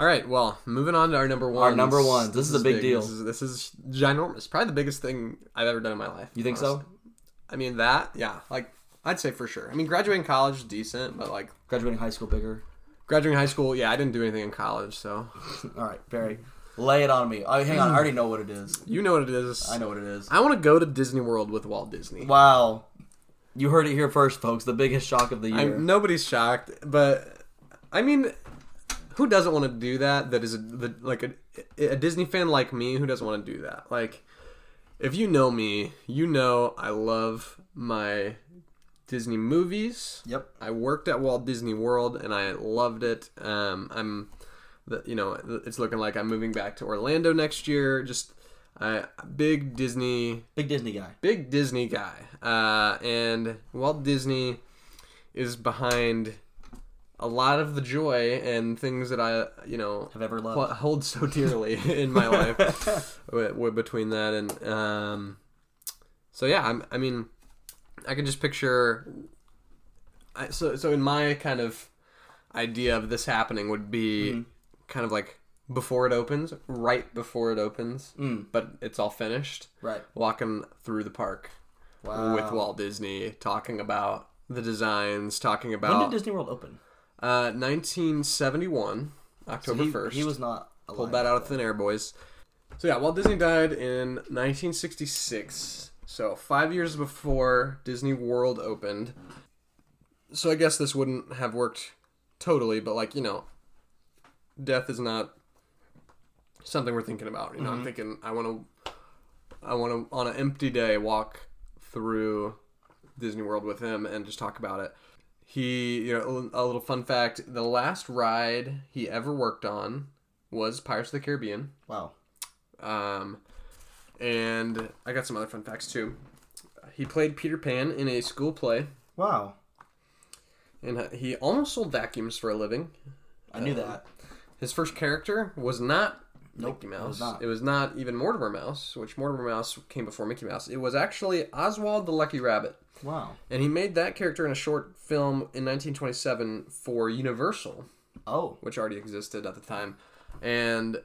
[SPEAKER 1] All right. Well, moving on to our number one.
[SPEAKER 2] number ones. This is a big deal.
[SPEAKER 1] This is, this is ginormous. Probably the biggest thing I've ever done in my life.
[SPEAKER 2] you think
[SPEAKER 1] honestly.
[SPEAKER 2] so?
[SPEAKER 1] I mean that, yeah. Like I'd say for sure. I mean, graduating college is decent, but like
[SPEAKER 2] Graduating high school bigger. (laughs)
[SPEAKER 1] graduating high school, yeah, I didn't do anything in college, so
[SPEAKER 2] All right, Barry, lay it on me. Oh, hang on, I already know what it is.
[SPEAKER 1] you know what it is.
[SPEAKER 2] I know what it is.
[SPEAKER 1] I want to go to Disney World with Walt Disney.
[SPEAKER 2] Wow, you heard it here first, folks. The biggest shock of the year.
[SPEAKER 1] I'm, nobody's shocked, but I mean, who doesn't want to do that? That is a, the, like a, a Disney fan like me who doesn't want to do that. Like, if you know me, you know I love my Disney movies.
[SPEAKER 2] Yep.
[SPEAKER 1] I worked at Walt Disney World and I loved it. Um, I'm, the, you know, it's looking like I'm moving back to Orlando next year. Just a big Disney
[SPEAKER 2] Big Disney guy.
[SPEAKER 1] big Disney guy, uh, and Walt Disney is behind a lot of the joy and things that I, you know,
[SPEAKER 2] Have ever loved.
[SPEAKER 1] pl- hold so dearly (laughs) in my life. w- w- between that and um, so yeah, I'm, I mean, I can just picture. I, so so in my kind of idea of this happening would be kind of like before it opens, right before it opens, but it's all finished
[SPEAKER 2] Right.
[SPEAKER 1] walking through the park
[SPEAKER 2] Wow.
[SPEAKER 1] with Walt Disney, talking about the designs, talking
[SPEAKER 2] when
[SPEAKER 1] about
[SPEAKER 2] did Disney World open?
[SPEAKER 1] uh, 1971, October
[SPEAKER 2] He,
[SPEAKER 1] 1st.
[SPEAKER 2] he was not. Alive.
[SPEAKER 1] pulled that out of thin air, boys. So yeah, Walt Disney died in 1966. So five years before Disney World opened. So I guess this wouldn't have worked totally, but like you know, death is not something we're thinking about. You know, I'm thinking I want to I want to, on an empty day, walk through Disney World with him and just talk about it. He, you know, a little fun fact the last ride he ever worked on was Pirates of the Caribbean.
[SPEAKER 2] Wow.
[SPEAKER 1] Um, and I got some other fun facts too. He played Peter Pan in a school play,
[SPEAKER 2] Wow.
[SPEAKER 1] and he almost sold vacuums for a living.
[SPEAKER 2] I knew
[SPEAKER 1] Uh,
[SPEAKER 2] that.
[SPEAKER 1] His first character was not
[SPEAKER 2] Nope,
[SPEAKER 1] Mickey
[SPEAKER 2] it
[SPEAKER 1] Mouse.
[SPEAKER 2] was not.
[SPEAKER 1] It was not even Mortimer Mouse, which Mortimer Mouse came before Mickey Mouse. It was actually Oswald the Lucky Rabbit.
[SPEAKER 2] Wow.
[SPEAKER 1] And he made that character in a short film in 1927 for Universal,
[SPEAKER 2] Oh.
[SPEAKER 1] which already existed at the time. And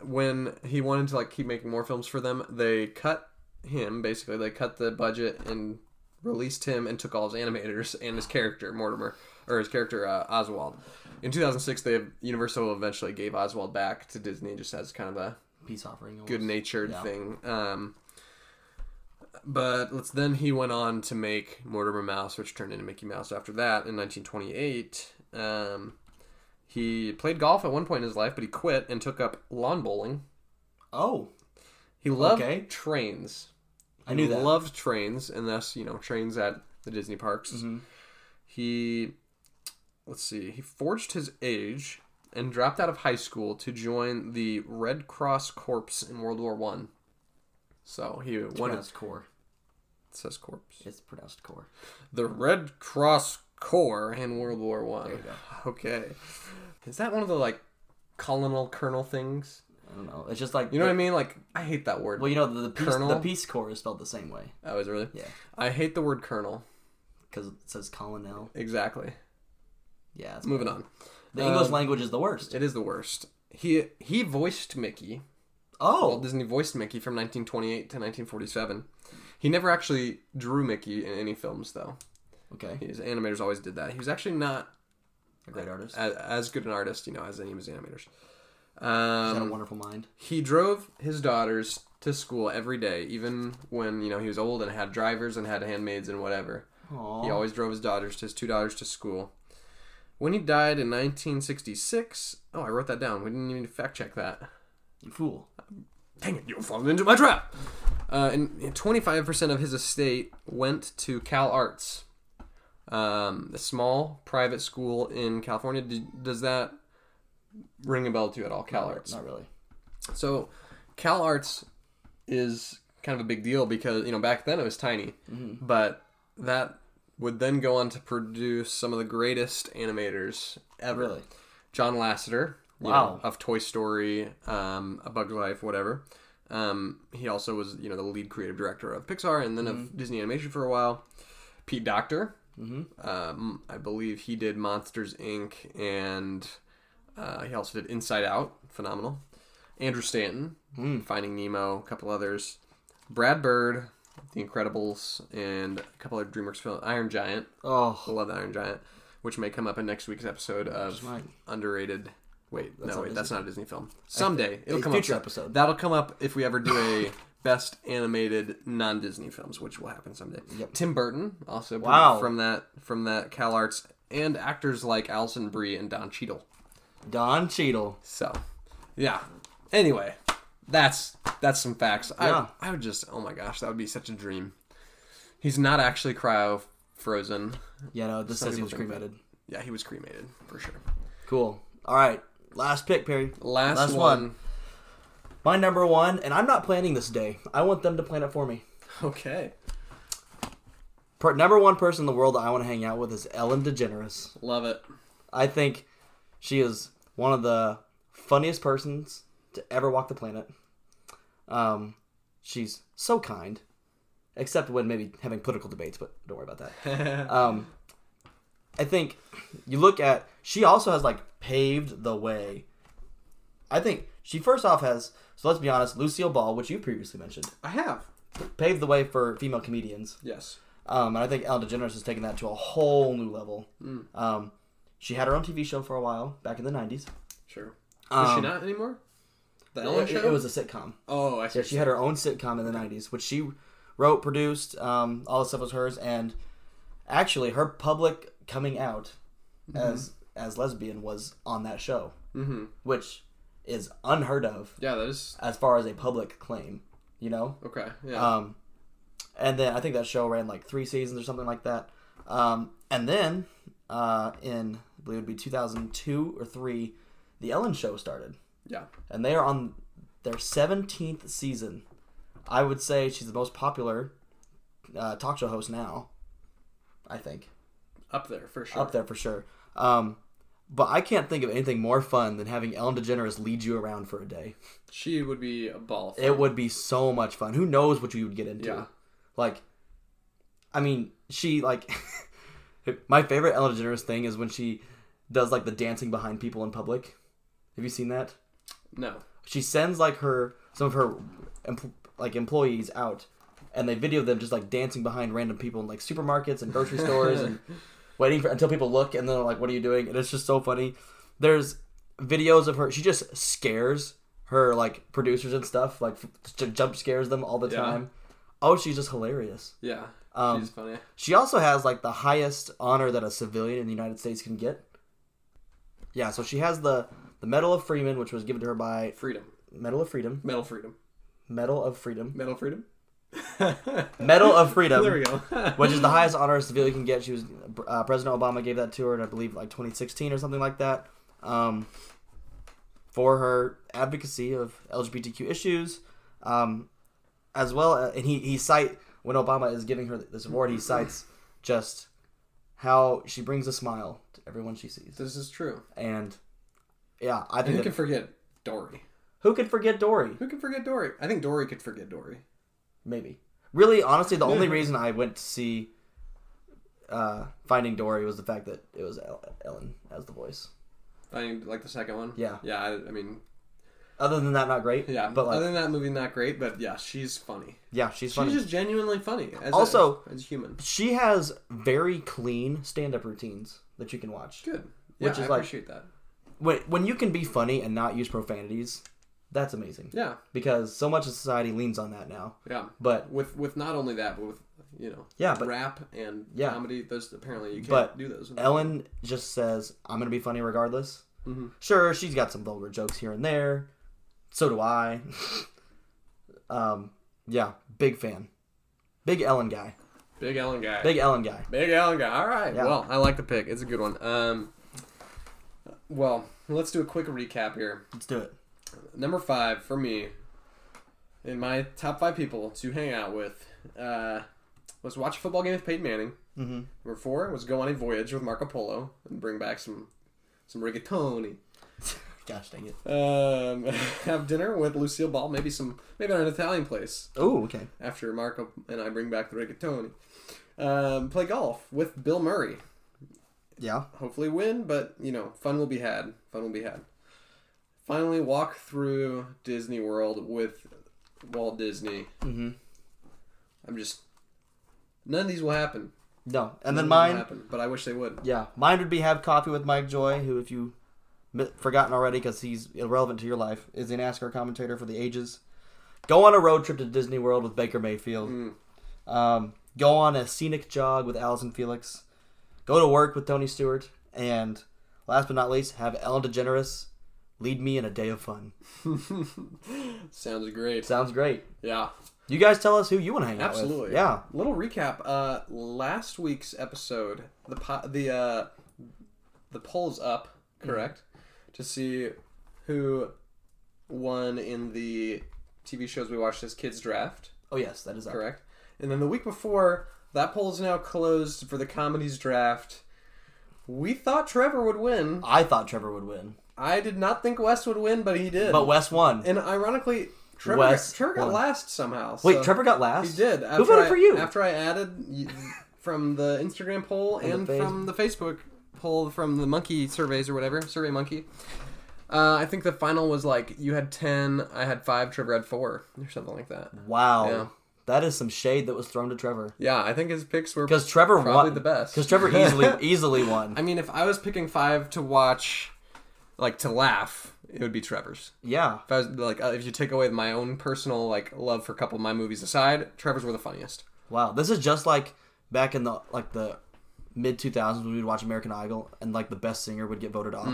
[SPEAKER 1] when he wanted to like keep making more films for them, they cut him basically. They cut the budget and released him and took all his animators and his character Mortimer or his character uh, Oswald. In 2006, they Universal eventually gave Oswald back to Disney just as kind of a
[SPEAKER 2] Peace offering. almost.
[SPEAKER 1] good natured
[SPEAKER 2] Yeah.
[SPEAKER 1] thing. Um, but let's then he went on to make Mortimer Mouse, which turned into Mickey Mouse after that in 1928. Um, he played golf at one point in his life, but he quit and took up lawn bowling.
[SPEAKER 2] Oh.
[SPEAKER 1] He loved
[SPEAKER 2] Okay.
[SPEAKER 1] trains.
[SPEAKER 2] I knew
[SPEAKER 1] he
[SPEAKER 2] that.
[SPEAKER 1] Loved trains, and thus you know trains at the Disney parks.
[SPEAKER 2] Mm-hmm.
[SPEAKER 1] He, let's see, he forged his age and dropped out of high school to join the Red Cross Corps in World War One. So he wanted it
[SPEAKER 2] pronounced core.
[SPEAKER 1] says corpse.
[SPEAKER 2] It's pronounced core.
[SPEAKER 1] The Red Cross Corps in World War One.
[SPEAKER 2] you go.
[SPEAKER 1] Okay, is that one of the like colonel colonel things?
[SPEAKER 2] I don't know. It's just like
[SPEAKER 1] You know what I mean? Like I hate that word.
[SPEAKER 2] Well, you know the, the peace
[SPEAKER 1] Colonel?
[SPEAKER 2] the Peace Corps is spelled the same way
[SPEAKER 1] I was really
[SPEAKER 2] Yeah.
[SPEAKER 1] I hate the word colonel.
[SPEAKER 2] because it says colonel.
[SPEAKER 1] Exactly.
[SPEAKER 2] Yeah. It's
[SPEAKER 1] Moving on.
[SPEAKER 2] The English
[SPEAKER 1] Um,
[SPEAKER 2] language is the worst.
[SPEAKER 1] It is the worst. He he voiced Mickey. Walt
[SPEAKER 2] Oh,
[SPEAKER 1] Disney voiced Mickey from 1928 to 1947. He never actually drew Mickey in any films though.
[SPEAKER 2] okay.
[SPEAKER 1] His animators always did that. He was actually not
[SPEAKER 2] A great artist.
[SPEAKER 1] as, as good an artist, you know, as any of his animators.
[SPEAKER 2] He's got a
[SPEAKER 1] Um,
[SPEAKER 2] wonderful mind.
[SPEAKER 1] he drove his daughters to school every day, even when you know he was old and had drivers and had handmaids and whatever.
[SPEAKER 2] Aww.
[SPEAKER 1] He always drove his daughters, his two daughters, to school. When he died in 1966, oh, I wrote that down. We didn't even fact check that.
[SPEAKER 2] You fool.
[SPEAKER 1] Dang it, you've fallen into my trap. Uh, and 25% of his estate went to Cal Arts, um, a small private school in California. D does that ring a bell to you at all? Cal Arts.
[SPEAKER 2] Not really.
[SPEAKER 1] So, Cal Arts is kind of a big deal because you know back then it was tiny, but that would then go on to produce some of the greatest animators ever.
[SPEAKER 2] Really?
[SPEAKER 1] John Lasseter, you
[SPEAKER 2] Wow.
[SPEAKER 1] know, of Toy Story, um, A Bug's Life, whatever. Um, he also was you know the lead creative director of Pixar and then of Disney Animation for a while. Pete Doctor, um, I believe he did Monsters Inc. and uh, he also did Inside Out, phenomenal. Andrew Stanton, Finding Nemo, a couple others. Brad Bird, The Incredibles, and a couple other DreamWorks film, Iron Giant. I
[SPEAKER 2] Oh,
[SPEAKER 1] love the Iron Giant, which may come up in next week's episode of
[SPEAKER 2] mine.
[SPEAKER 1] underrated. Wait,
[SPEAKER 2] not
[SPEAKER 1] no, wait,
[SPEAKER 2] Disney
[SPEAKER 1] that's not a Disney film. Someday it'll
[SPEAKER 2] a
[SPEAKER 1] come
[SPEAKER 2] future
[SPEAKER 1] up.
[SPEAKER 2] episode.
[SPEAKER 1] That'll come up if we ever do
[SPEAKER 2] (laughs)
[SPEAKER 1] a best animated non-Disney films, which will happen someday.
[SPEAKER 2] Yep.
[SPEAKER 1] Tim Burton also pro-
[SPEAKER 2] Wow.
[SPEAKER 1] from that from that Cal Arts and actors like Alison Brie and Don Cheadle.
[SPEAKER 2] Don Cheadle.
[SPEAKER 1] So, yeah. Anyway, that's that's some facts.
[SPEAKER 2] Yeah.
[SPEAKER 1] I I would just oh my gosh, that would be such a dream. He's not actually cryo frozen.
[SPEAKER 2] Yeah, no, this
[SPEAKER 1] Some
[SPEAKER 2] says he
[SPEAKER 1] people
[SPEAKER 2] was
[SPEAKER 1] think that.
[SPEAKER 2] cremated.
[SPEAKER 1] Yeah, he was cremated for sure.
[SPEAKER 2] Cool. All right. Last pick, Perry.
[SPEAKER 1] Last,
[SPEAKER 2] Last
[SPEAKER 1] one.
[SPEAKER 2] My number one, and I'm not planning this day. I want them to plan it for me.
[SPEAKER 1] Okay.
[SPEAKER 2] Per- number one person in the world that I want to hang out with is Ellen DeGeneres.
[SPEAKER 1] Love it.
[SPEAKER 2] I think she is one of the funniest persons to ever walk the planet. Um, she's so kind, except when maybe having political debates, but don't worry about that. um, I think you look at she also has like paved the way. I think she first off has so let's be honest, Lucille Ball, which you previously mentioned,
[SPEAKER 1] I have.
[SPEAKER 2] paved the way for female comedians.
[SPEAKER 1] Yes.
[SPEAKER 2] Um, and I think Ellen DeGeneres has taken that to a whole new level.
[SPEAKER 1] Hmm.
[SPEAKER 2] Um, she had her own TV show for a while back in the '90s.
[SPEAKER 1] Sure. Is she
[SPEAKER 2] Um,
[SPEAKER 1] not anymore? The Ellen
[SPEAKER 2] It,
[SPEAKER 1] show?
[SPEAKER 2] it was a sitcom.
[SPEAKER 1] oh, I see.
[SPEAKER 2] Yeah, she had her own sitcom in the '90s, which she wrote, produced, um, all the stuff was hers. And actually, her public coming out as as lesbian was on that show,
[SPEAKER 1] Mm-hmm.
[SPEAKER 2] which is unheard of
[SPEAKER 1] Yeah, that is.
[SPEAKER 2] as far as a public claim. You know,
[SPEAKER 1] Okay. Yeah.
[SPEAKER 2] Um, and then I think that show ran like three seasons or something like that. Um, and then uh, in I believe it would be 2002 or three, the Ellen Show started,
[SPEAKER 1] yeah.
[SPEAKER 2] and they are on their 17th season. I would say she's the most popular uh, talk show host now. I think
[SPEAKER 1] Up there for sure.
[SPEAKER 2] up there for sure. Um, but I can't think of anything more fun than having Ellen DeGeneres lead you around for a day.
[SPEAKER 1] She would be a ball.
[SPEAKER 2] It would be so much fun. Who knows what you would get into?
[SPEAKER 1] Yeah.
[SPEAKER 2] Like, I mean, she like (laughs) my favorite Ellen DeGeneres thing is when she does like the dancing behind people in public. Have you seen that?
[SPEAKER 1] no.
[SPEAKER 2] She sends like her some of her em- like employees out, and they video them just like dancing behind random people in like supermarkets and grocery stores and waiting for until people look and then they're like, "What are you doing?" And it's just so funny. There's videos of her. She just scares her like producers and stuff. Like f- j- jump scares them all the
[SPEAKER 1] Yeah.
[SPEAKER 2] time. Oh, she's just hilarious.
[SPEAKER 1] Yeah.
[SPEAKER 2] Um,
[SPEAKER 1] she's funny.
[SPEAKER 2] She also has like the highest honor that a civilian in the United States can get. Yeah, so she has the the Medal of Freeman, which was given to her by
[SPEAKER 1] Freedom.
[SPEAKER 2] Medal of Freedom,
[SPEAKER 1] Metal freedom.
[SPEAKER 2] Medal of Freedom,
[SPEAKER 1] Metal (laughs) freedom.
[SPEAKER 2] Medal of
[SPEAKER 1] there
[SPEAKER 2] Freedom,
[SPEAKER 1] we go. (laughs)
[SPEAKER 2] which is the highest honor a civilian can get. She was uh, President Obama gave that to her, in I believe like 2016 or something like that, um, for her advocacy of LGBTQ issues, um, as well. a- And he he cite when Obama is giving her this award, he cites just how she brings a smile to everyone she sees,
[SPEAKER 1] this is true.
[SPEAKER 2] and yeah, I
[SPEAKER 1] And
[SPEAKER 2] think
[SPEAKER 1] who
[SPEAKER 2] that-
[SPEAKER 1] can forget Dory?
[SPEAKER 2] who could forget Dory?
[SPEAKER 1] Who can forget Dory? I think Dory could forget Dory.
[SPEAKER 2] Maybe. Really, honestly, the only reason I went to see uh, Finding Dory was the fact that it was El- Ellen as the voice.
[SPEAKER 1] I mean, like the second one.
[SPEAKER 2] Yeah.
[SPEAKER 1] Yeah. I, I mean,
[SPEAKER 2] Other than that, not great.
[SPEAKER 1] yeah.
[SPEAKER 2] But like,
[SPEAKER 1] other than that movie, not great. But yeah, she's funny.
[SPEAKER 2] yeah, she's funny.
[SPEAKER 1] She's just genuinely funny. As
[SPEAKER 2] Also-
[SPEAKER 1] a, as a human,
[SPEAKER 2] She has very clean stand-up routines that you can watch.
[SPEAKER 1] good. Yeah,
[SPEAKER 2] Which is
[SPEAKER 1] I
[SPEAKER 2] like-
[SPEAKER 1] appreciate that.
[SPEAKER 2] When when you can be funny and not use profanities, that's amazing.
[SPEAKER 1] Yeah,
[SPEAKER 2] Because so much of society leans on that now.
[SPEAKER 1] yeah.
[SPEAKER 2] But
[SPEAKER 1] With with not only that, but with you know,
[SPEAKER 2] Yeah, but-
[SPEAKER 1] rap and
[SPEAKER 2] Yeah.
[SPEAKER 1] comedy. Those apparently you can't
[SPEAKER 2] But
[SPEAKER 1] do those.
[SPEAKER 2] Ellen just says, "I'm gonna be funny regardless."
[SPEAKER 1] Mhm.
[SPEAKER 2] Sure, she's got some vulgar jokes here and there, So do I. (laughs) um, yeah, big fan, big Ellen guy,
[SPEAKER 1] Big Allen guy.
[SPEAKER 2] big Ellen guy.
[SPEAKER 1] Big Allen guy. All right.
[SPEAKER 2] Yeah.
[SPEAKER 1] Well, I like the pick. It's a good one. Um, well, let's do a quick recap here.
[SPEAKER 2] Let's do it.
[SPEAKER 1] Number five for me, in my top five people to hang out with, uh, was watch a football game with Peyton Manning.
[SPEAKER 2] Mm-hmm. (laughs)
[SPEAKER 1] Number four was go on a voyage with Marco Polo and bring back some some rigatoni.
[SPEAKER 2] Gosh dang it.
[SPEAKER 1] Um, (laughs) have dinner with Lucille Ball, maybe some maybe at an Italian place
[SPEAKER 2] Oh, okay.
[SPEAKER 1] after Marco and I bring back the rigatoni. Um, play golf with Bill Murray.
[SPEAKER 2] Yeah.
[SPEAKER 1] Hopefully win, but you know, fun will be had. Fun will be had. Finally, walk through Disney World with Walt Disney.
[SPEAKER 2] Mm-hmm.
[SPEAKER 1] I'm just none of these will happen.
[SPEAKER 2] No, and
[SPEAKER 1] None of
[SPEAKER 2] then
[SPEAKER 1] these will
[SPEAKER 2] mine.
[SPEAKER 1] happen, but I wish they would.
[SPEAKER 2] Yeah, mine would be have coffee with Mike Joy, who, if you mi- forgotten already because he's irrelevant to your life, is a NASCAR commentator for the ages. Go on a road trip to Disney World with Baker Mayfield.
[SPEAKER 1] Mm.
[SPEAKER 2] Um, go on a scenic jog with Allison Felix. Go to work with Tony Stewart, and last but not least, have Ellen DeGeneres lead me in a day of fun.
[SPEAKER 1] Sounds great.
[SPEAKER 2] Sounds great.
[SPEAKER 1] Yeah.
[SPEAKER 2] You guys tell us who you want to hang out
[SPEAKER 1] Absolutely.
[SPEAKER 2] with. Yeah.
[SPEAKER 1] Little recap. Uh, last week's episode, the po- the uh, the poll's up,
[SPEAKER 2] Mm-hmm.
[SPEAKER 1] correct, to see who won in the TV shows we watched as kids draft,
[SPEAKER 2] Oh yes, that is up.
[SPEAKER 1] correct. And then the week before, that poll is now closed for the comedies draft. We thought Trevor would win.
[SPEAKER 2] I thought Trevor would win,
[SPEAKER 1] I did not think Wes would win, but he did.
[SPEAKER 2] but Wes won.
[SPEAKER 1] and ironically, Trevor,
[SPEAKER 2] Wes
[SPEAKER 1] Trevor got
[SPEAKER 2] won.
[SPEAKER 1] last somehow.
[SPEAKER 2] Wait,
[SPEAKER 1] so-
[SPEAKER 2] Trevor got last.
[SPEAKER 1] he did. After
[SPEAKER 2] voted
[SPEAKER 1] I,
[SPEAKER 2] for you?
[SPEAKER 1] After I added y- from the Instagram poll and,
[SPEAKER 2] the face-
[SPEAKER 1] from the Facebook poll from the monkey surveys or whatever, Survey Monkey. Uh, I think the final was like you had ten, I had five, Trevor had four, or something like that.
[SPEAKER 2] Wow.
[SPEAKER 1] Yeah.
[SPEAKER 2] That is some shade that was thrown to Trevor.
[SPEAKER 1] Yeah, I think his picks were.
[SPEAKER 2] Because Trevor
[SPEAKER 1] Probably
[SPEAKER 2] won
[SPEAKER 1] the best.
[SPEAKER 2] Because Trevor easily
[SPEAKER 1] (laughs)
[SPEAKER 2] easily won.
[SPEAKER 1] I mean, if I was picking five to watch, like to laugh, it would be Trevor's.
[SPEAKER 2] yeah.
[SPEAKER 1] If I was like, uh, if you take away my own personal like love for a couple of my movies aside, Trevor's were the funniest.
[SPEAKER 2] Wow. This is just like back in the like the mid two thousands when we'd watch American Idol and like the best singer would get voted off.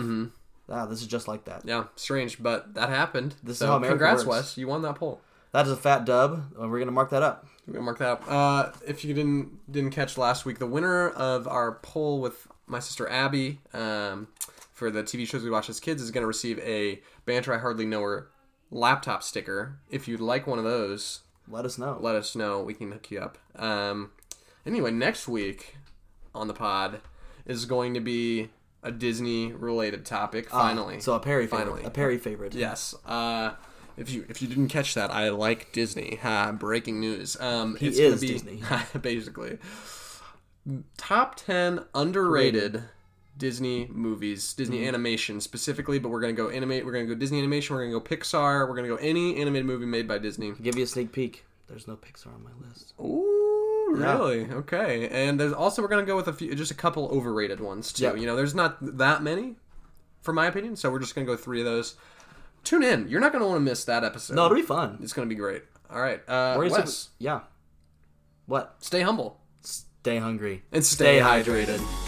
[SPEAKER 2] Yeah, this is just like that.
[SPEAKER 1] Mm-hmm. Yeah, strange, but that happened.
[SPEAKER 2] This is
[SPEAKER 1] so
[SPEAKER 2] how America
[SPEAKER 1] congrats,
[SPEAKER 2] works.
[SPEAKER 1] Wes. You won that poll.
[SPEAKER 2] That is a fat dub. and We're gonna mark that up.
[SPEAKER 1] We're gonna mark that up. Uh, if you didn't didn't catch last week, the winner of our poll with my sister Abby um, for the TV shows we watch as kids is gonna receive a banter I hardly know her laptop sticker. If you'd like one of those,
[SPEAKER 2] Let us know.
[SPEAKER 1] let us know. We can hook you up. Um, anyway, next week on the pod is going to be a Disney related topic. Finally,
[SPEAKER 2] So a Perry favorite.
[SPEAKER 1] Finally.
[SPEAKER 2] A Perry favorite.
[SPEAKER 1] Yes. Uh, if you if you didn't catch that, I like Disney. Ha, breaking news. Um, he it's
[SPEAKER 2] is
[SPEAKER 1] gonna be,
[SPEAKER 2] Disney.
[SPEAKER 1] (laughs) basically. Top ten underrated Disney movies, Disney animation specifically, but we're gonna go animate. We're gonna go Disney animation. We're gonna go Pixar. We're gonna go any animated movie made by Disney.
[SPEAKER 2] Give you a sneak peek. There's no Pixar on my list.
[SPEAKER 1] Ooh, really? Okay. And there's also we're gonna go with a few, just a couple overrated ones too.
[SPEAKER 2] Yep.
[SPEAKER 1] You know, there's not that many, for my opinion. So we're just gonna go three of those. Tune in. You're not gonna want to miss that episode.
[SPEAKER 2] No, it'll be fun.
[SPEAKER 1] it's gonna be great. All right, uh,
[SPEAKER 2] We're gonna-
[SPEAKER 1] Wes,
[SPEAKER 2] yeah. What?
[SPEAKER 1] stay humble
[SPEAKER 2] Stay hungry.
[SPEAKER 1] and stay,
[SPEAKER 2] Stay
[SPEAKER 1] hydrated.
[SPEAKER 2] hydrated.